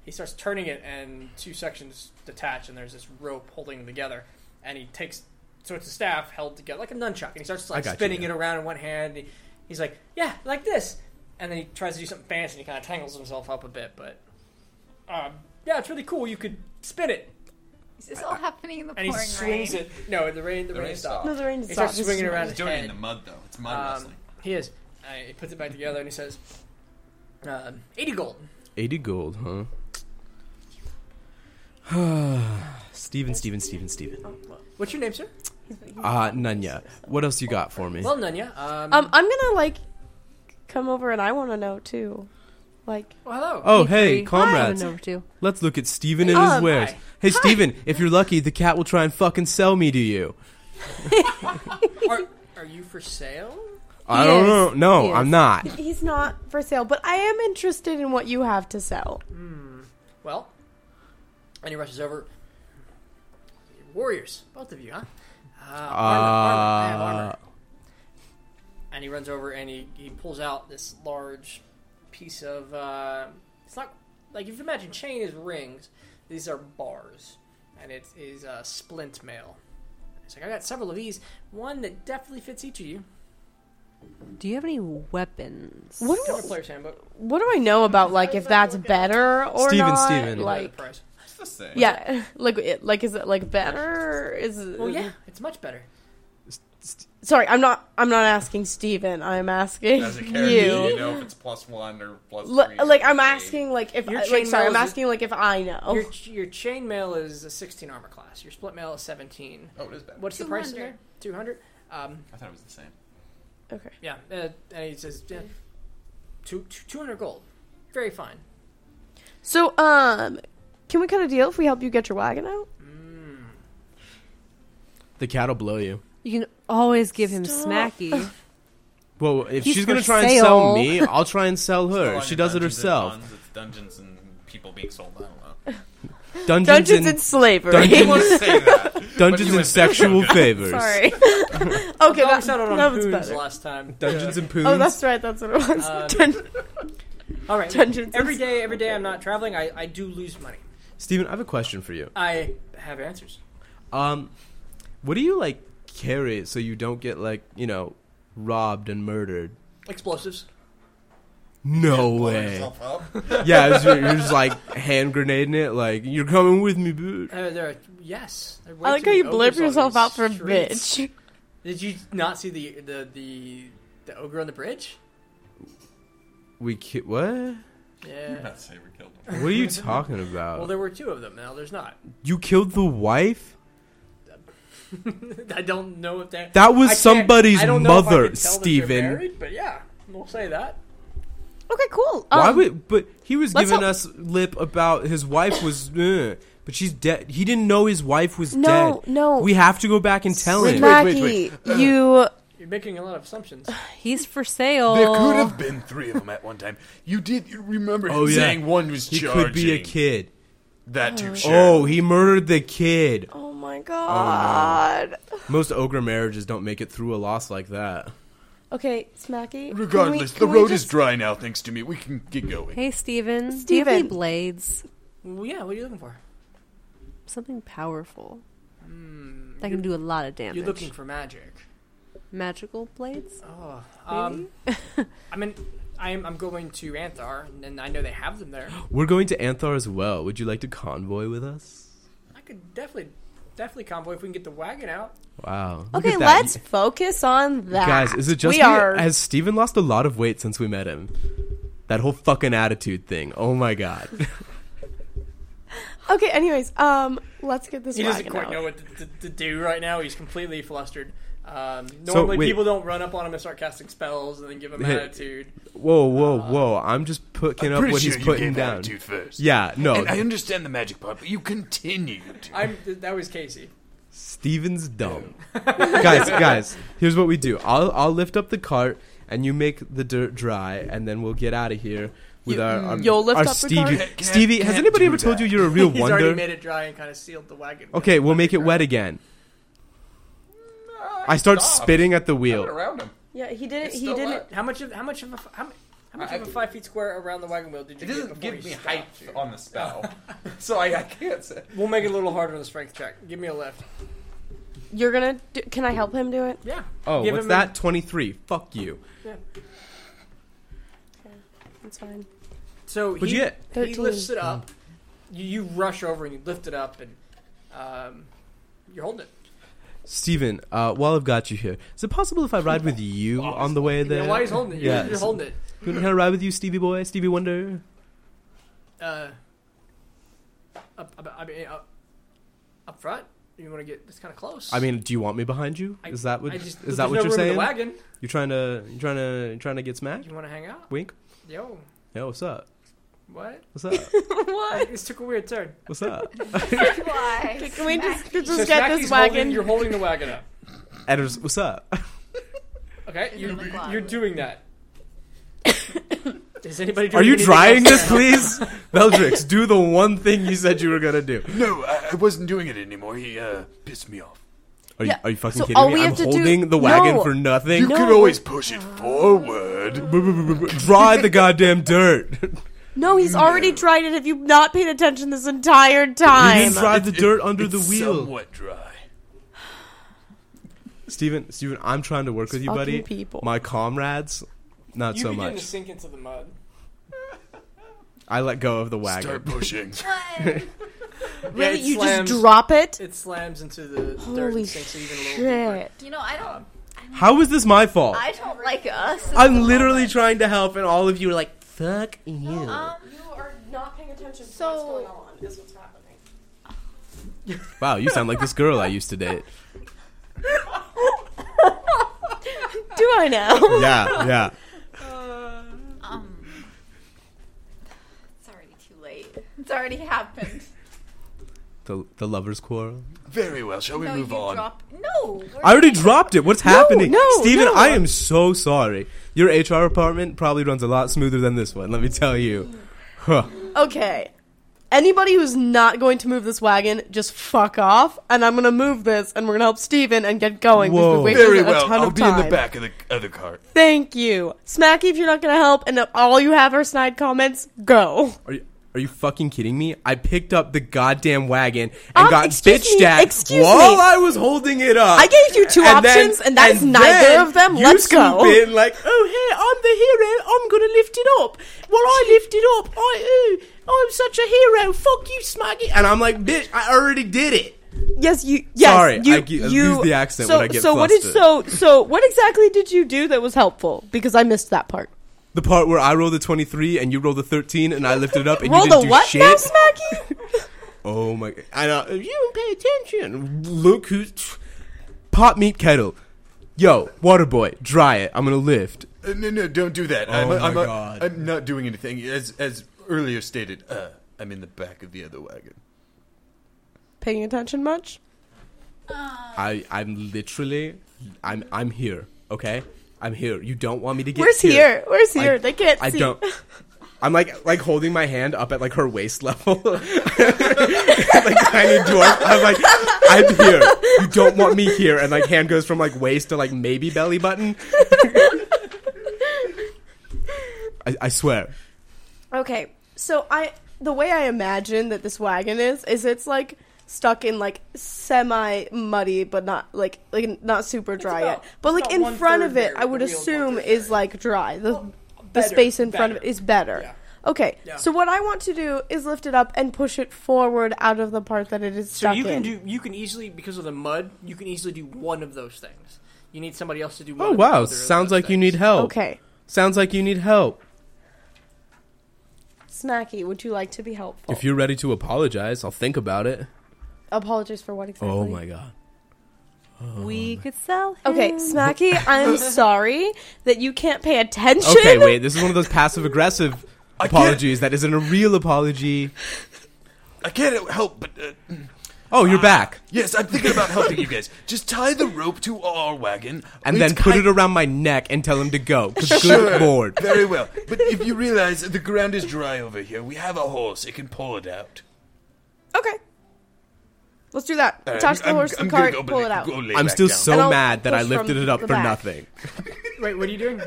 He starts turning it, and two sections detach, and there's this rope holding them together. And he takes, so it's a staff held together like a nunchuck, and he starts like got you, spinning yeah. it around in one hand. And he, he's like, "Yeah, like this," and then he tries to do something fancy, and he kind of tangles himself up a bit. But um, yeah, it's really cool. You could spin it, Is this all happening in the and he pouring swings rain? it. No, the rain, the, rain, rain stopped. no, the rain He is starts not- swinging around He's his doing it head. in the mud though. It's mud Um, wrestling. He is. Uh, he puts it back together and he says, um, 80 gold. Eighty gold, huh? Steven, Steven, Steven, Steven. What's your name, sir? Ah, Nanya. What else you got for me? Well, Nanya. Um, Um, I'm gonna like come over and I want to know too. Like, well, hello. Oh, Me hey, three. comrades. I don't know, too. Let's look at Steven and his Um, wares. hi. Hey, Steven, if you're lucky, the cat will try and fucking sell me to you. Are, are you for sale? I He don't is. know. No, He I'm is. not. he's not for sale, but I am interested in what you have to sell. Well, and he rushes over. Warriors, both of you, huh? Uh, armor, armor. I have armor. And he runs over and he, he pulls out this large piece of. Uh, it's not. Like, if you imagine chain is rings, these are bars. And it is uh, splint mail. It's like, I got several of these. One that definitely fits each of you. Do you have any weapons? What Cover do, player's handbook. what do I know about like if that's better or Steven, not? Steven. the Like, price. It's the same. yeah, like it, like is it like better? Is it, Well, yeah, it's much better. Sorry, I'm not. I'm not asking Steven. I'm asking As a character, you, you. know if it's plus one or plus L- three. like I'm or eight. asking, like if Your I- like chain sorry, I'm mail is- asking, like if I know. Your your chain mail is a 16 armor class. Your split mail is 17. Oh, it is bad. What's the price in 200. there? 200. Um, I thought it was the same. Okay. yeah, uh, and he says yeah, two, two, 200 gold. Very fine. So, um, can we cut a deal if we help you get your wagon out? The cat will blow you. You can always give him Stop. smacky. Well, if He's she's gonna for try and sale. sell me, I'll try and sell It's no her. longer She does it Dungeons and herself. Dragons, It's dungeons and people being sold. I don't know. Dungeons Dungeons and and slavery. You dungeons, want to say that? dungeons and sexual favors. Sorry. okay, Well, we that, settled on that was poons better. last time. Dungeons and poons. Oh, that's right. That's what it was. Um, Dun- All right. Dungeons every is- day, every day I'm not traveling, I, I do lose money. Steven, I have a question for you. I have answers. Um, what do you like carry so you don't get like you know robbed and murdered? Explosives. No Blow way. yourself up? yeah, it's- you're, you're just like hand grenading it. Like you're coming with me, dude. Uh, there are, yes. there are way I like too how many you blurb ogres on yourself these out for streets. bitch. Did you not see the the the, the ogre on the bridge? We ki- what? Yeah. Not say we killed him. What are you talking Well, about? there were two of them. Now there's not. You killed the wife. I don't know if that That was I can't- somebody's I don't know if I mother, could tell that they're Steven. married, But yeah, we'll say that. Okay, cool. Um, Why would? But he was let's giving help- us lip about his wife was, uh, but she's dead. He didn't know his wife was No, dead. no. we have to go back and tell him. Smacky, you. You're making a lot of assumptions. He's for sale. There could have been three of them at one time. You did you remember him Oh, yeah. saying one was He charging. could be a kid. That too, sure. Oh, he murdered the kid. Oh my god. Most ogre marriages don't make it through a loss like that. Oh. Okay, Smacky. Regardless, the road is dry now thanks to me. We can get going. Hey, Steven. Do you have any Steven. blades? well, yeah, what are you looking for? Something powerful that can do a lot of damage. You're looking for magic. magical blades? Oh, um, I mean, I'm I'm going to Anthar, and I know they have them there. We're going to Anthar as well. Would you like to convoy with us? I could definitely definitely convoy if we can get the wagon out. Wow. Look Okay, at that. let's focus on that. Guys, is it just we me? are? Has Steven lost a lot of weight since we met him? That whole fucking attitude thing. Oh my god. Okay. Anyways, um, let's get this He doesn't wagon quite out. know what to, to, to do right now. He's completely flustered. Um, So, normally, wait. people don't run up on him and start casting spells and then give him Hey. attitude. Whoa, whoa, whoa. I'm just picking I'm up pretty what sure he's you putting gave down. attitude first. Yeah, Oh. no. And I understand the magic part, but you continue to. I'm that was Casey. Steven's dumb. guys, guys, here's what we do. I'll I'll lift up the cart and you make the dirt dry and then we'll get out of here with You- our, our you'll lift our up the Stevie. cart? Can't- Stevie, has can't anybody do ever told that. you you're a real He's wonder? already made it dry and kind of sealed the wagon. okay, we'll make it wet again. I start Stop. spitting at the Have it wheel. around him. Yeah, he didn't. It's He still didn't. wet. How much of how much of a f- how, m- how much I- of a five feet square around the wagon wheel did you get It doesn't before give you me stopped height you? on the spell, so I, I can't say. We'll make it a little harder on the strength check. Give me a lift. You're gonna. Do, can I help him do it? Yeah. Oh, Give what's him that? 23. Fuck you. That's fine. So What'd he, you get? he 13. lifts it up. You, you rush over and you lift it up and um, you hold it. Steven, uh, while I've got you here, is it possible if I ride with you on the way there? Yeah, why he's holding it? You're, Yeah. you're holding it. Can I ride with you, Stevie boy, Stevie Wonder? Uh, up, up, I mean, up, up front. You want to get this kind of close. I mean, do you want me behind you? I- Is that what I just, is there's that what no you're room in saying? The wagon. You're trying to you trying to you trying to get smacked? You want to hang out? Wink. Yo, Yo, what's up? what? What's up? what? This took a weird turn. What's up? Why? Can we just, just so get Smacky's Holding, this wagon? you're holding the wagon up. and it was, what's up? Okay, Is you're, it like you're lava? doing that. Is anybody? Doing Are you anything trying else? this, please? Veldrix, do the one thing you said you were gonna do. No, I, I wasn't doing it anymore. He uh, pissed me off. Are you Yeah, are you fucking so kidding all me? we I'm have to do- holding the wagon No. for nothing. You No, could but- always push it forward. Dry the goddamn dirt. you No, he's already tried it. Have you not paid attention this entire didn't time? dry the dirt under It's the wheel. Somewhat dry. Steven, Steven, I'm trying to work with you, Fucking buddy. people. My comrades, not You so begin to much. sink into the mud. I let go of the wagon. Start pushing. What? Yeah, really? it you slams- just drop it? It slams into the dirt Holy and sinks even a little deeper. shit! You know, I don't. How is this my fault? I don't like us. I'm literally trying to help, and all of you are like, "Fuck you." Um, You are not paying attention to So- going on. Is what's happening. wow, you sound like this girl I used to date. Do I now? Yeah, yeah. um. It's already too late. It's already happened. The the lovers' quarrel. Very well. Shall we no, move you on? drop. No. we're I already dropped it. What's happening, no, Steven, no. I am so sorry. Your HR department probably runs a lot smoother than this one. Let me tell you. Huh. Okay. Anybody who's not going to move this wagon, just fuck off, and I'm gonna move this, and we're gonna help Steven and get going. 'cause Whoa. We wasted Very a well. ton I'll of be in time. the back of the other cart. Thank you, Smacky. If you're not gonna help, and if all you have are snide comments, go. Are you are you fucking kidding me? I picked up the goddamn wagon and Um, got excuse bitched me, at excuse while me. I was holding it up. I gave you two And options, then- and that is and neither then of them. You Let's scoop go. in like, oh hey, I'm the hero. I'm gonna lift it up. Well, I lift it up. I ooh, I'm such a hero. Fuck you, Smuggy. And I'm like, bitch, I already did it. Yes, you. Yes, Sorry, you, I ge- I you- lose the accent so, when I get so what did so flustered. so what exactly did you do that was helpful? Because I missed that part. The part where I rolled a 23 and you rolled a 13 and I lifted it up and Roll you didn't the do what shit. now, Smacky? Oh my! I know if you don't pay attention. Look who's pot meat kettle. Yo, water boy, dry it. I'm gonna lift. Uh, no, no, don't do that. I'm, Oh I'm, my I'm- God. I'm not doing anything. As as earlier stated, uh, I'm in the back of the other wagon. Paying attention much? I I'm literally I'm I'm here. Okay, I'm here. You don't want me to get Where's here? Where's here? I- they can't I see. don't. I'm like like holding my hand up at like her waist level, like tiny dwarf. I'm like, I'm here. You don't want me here, and like hand goes from like waist to like maybe belly button. I, I swear, Okay, so I the way I imagine that this wagon is is it's like stuck in like semi muddy but not like like not super dry about- yet but it's like about in one front third of it there, i would the wheel's one assume third is like dry the the better, space in front of it better. is better Yeah. Okay, Yeah. so what I want to do is lift it up and push it forward out of the part that it is So stuck you can in. do you can easily because of the mud you can easily do one of those things. You need somebody else to do. one. Oh of the wow! other of Sounds those like you things. need help. okay, Sounds like you need help. Smacky, would you like to be helpful? If you're ready to apologize, I'll think about it. Apologies for what exactly? Oh my god. we could sell him. Okay, Smacky, I'm sorry that you can't pay attention. Okay, wait. This is one of those passive aggressive apologies that isn't a real apology. I can't help but. Uh, Oh, you're back, yes, I'm thinking about helping you guys. Just tie the rope to our wagon. and It's then put kind- it around my neck and tell him to go. 'cause Good lord. Very well. But if you realize that the ground is dry over here, we have a horse. It can pull it out. Okay. Let's do that. Uh, Attach the I'm- horse to I'm the gonna cart, go pull lay- it out. go lay I'm back still down. so And I'll mad that I push from lifted it up the for back. nothing. Wait, what are you doing?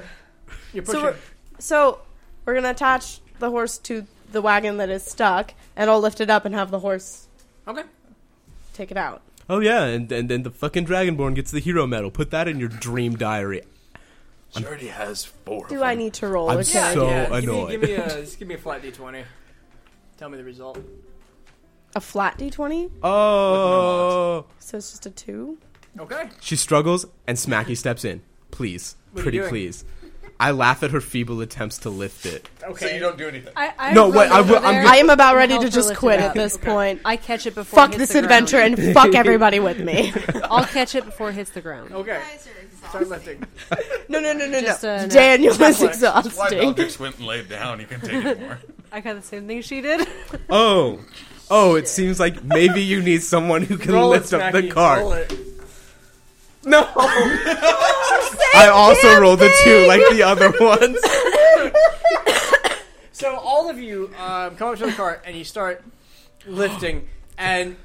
You're So pushing. we're, so we're gonna attach the horse to the wagon that is stuck, and I'll lift it up and have the horse okay. take it out. Oh yeah, and and then the fucking Dragonborn gets the hero medal. Put that in your dream diary. She already has four. Do of I them. need to roll? I'm or can I so do- give me- annoyed. Give me, a just give me a flat d20. Tell me the result. a flat d20, Oh. so it's just a two. Okay. She struggles, and Smacky steps in. Please, What are pretty you doing? please. I laugh at her feeble attempts to lift it. Okay. do anything. I, I No, run wait, I over will- I'm there. gonna- I am about ready Help to her just lift quit it at up. this point. I catch it before. Fuck it hits this the adventure Ground. and fuck everybody with me. I'll catch it before it hits the ground. Okay. guys are Start exhausted. lifting. No, no, no, no, Just, uh, no. no. Daniel is Netflix. Why exhausting. Beldrix went and laid down? He can take it more. I got the same thing she did. Oh. Oh, it seems like maybe you need someone who can Roll it, lift up the Smacky, cart. roll it. Oh, No. I also rolled a two like the other ones. So all of you um, come up to the cart and you start lifting and.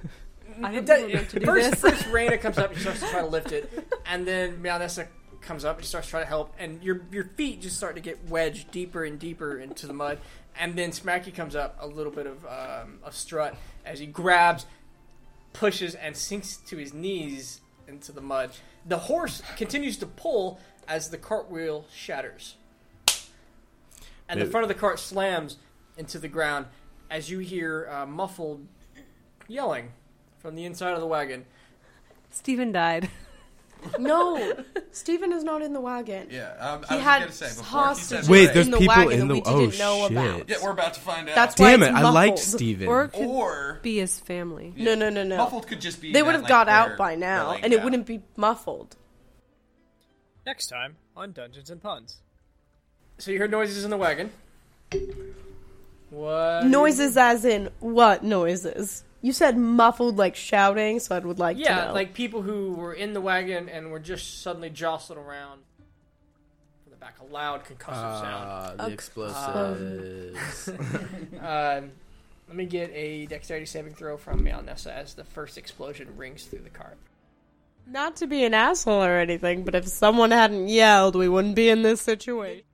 I It didn't does, know we were meant to do first, this. first Raina comes up and starts to try to lift it, and then Malnessa comes up and starts to try to help, and your your feet just start to get wedged deeper and deeper into the mud, and then Smacky comes up a little bit of um, a strut as he grabs, pushes, and sinks to his knees into the mud. The horse continues to pull as the cartwheel shatters, and the Maybe- front of the cart slams into the ground as you hear uh, muffled yelling from the inside of the wagon. Stephen died. No, Stephen is not in the wagon. Yeah, um, He I was had gonna say before he hostages says Wait, that- there's in the people wagon in that the- we oh, didn't know shit. about. Yeah, Yeah, we're about to find out. That's why Damn it's it, I liked muffled. Steven. Or it could or be his family. No, no, no, no. muffled could just be They that, would have like, got out they're- by now, they're laying and it down. wouldn't be muffled. Next time on Dungeons and Puns. So you heard noises in the wagon. Uh, What Noises as in what noises? You said muffled like shouting, so I would like to Yeah, know. like people who were in the wagon and were just suddenly jostled around from the back. A loud concussive sound. Okay. explosives. Um, let me get a dexterity saving throw from Malnessa as the first explosion rings through the cart. not to be an asshole or anything, but if someone hadn't yelled, we wouldn't be in this situation.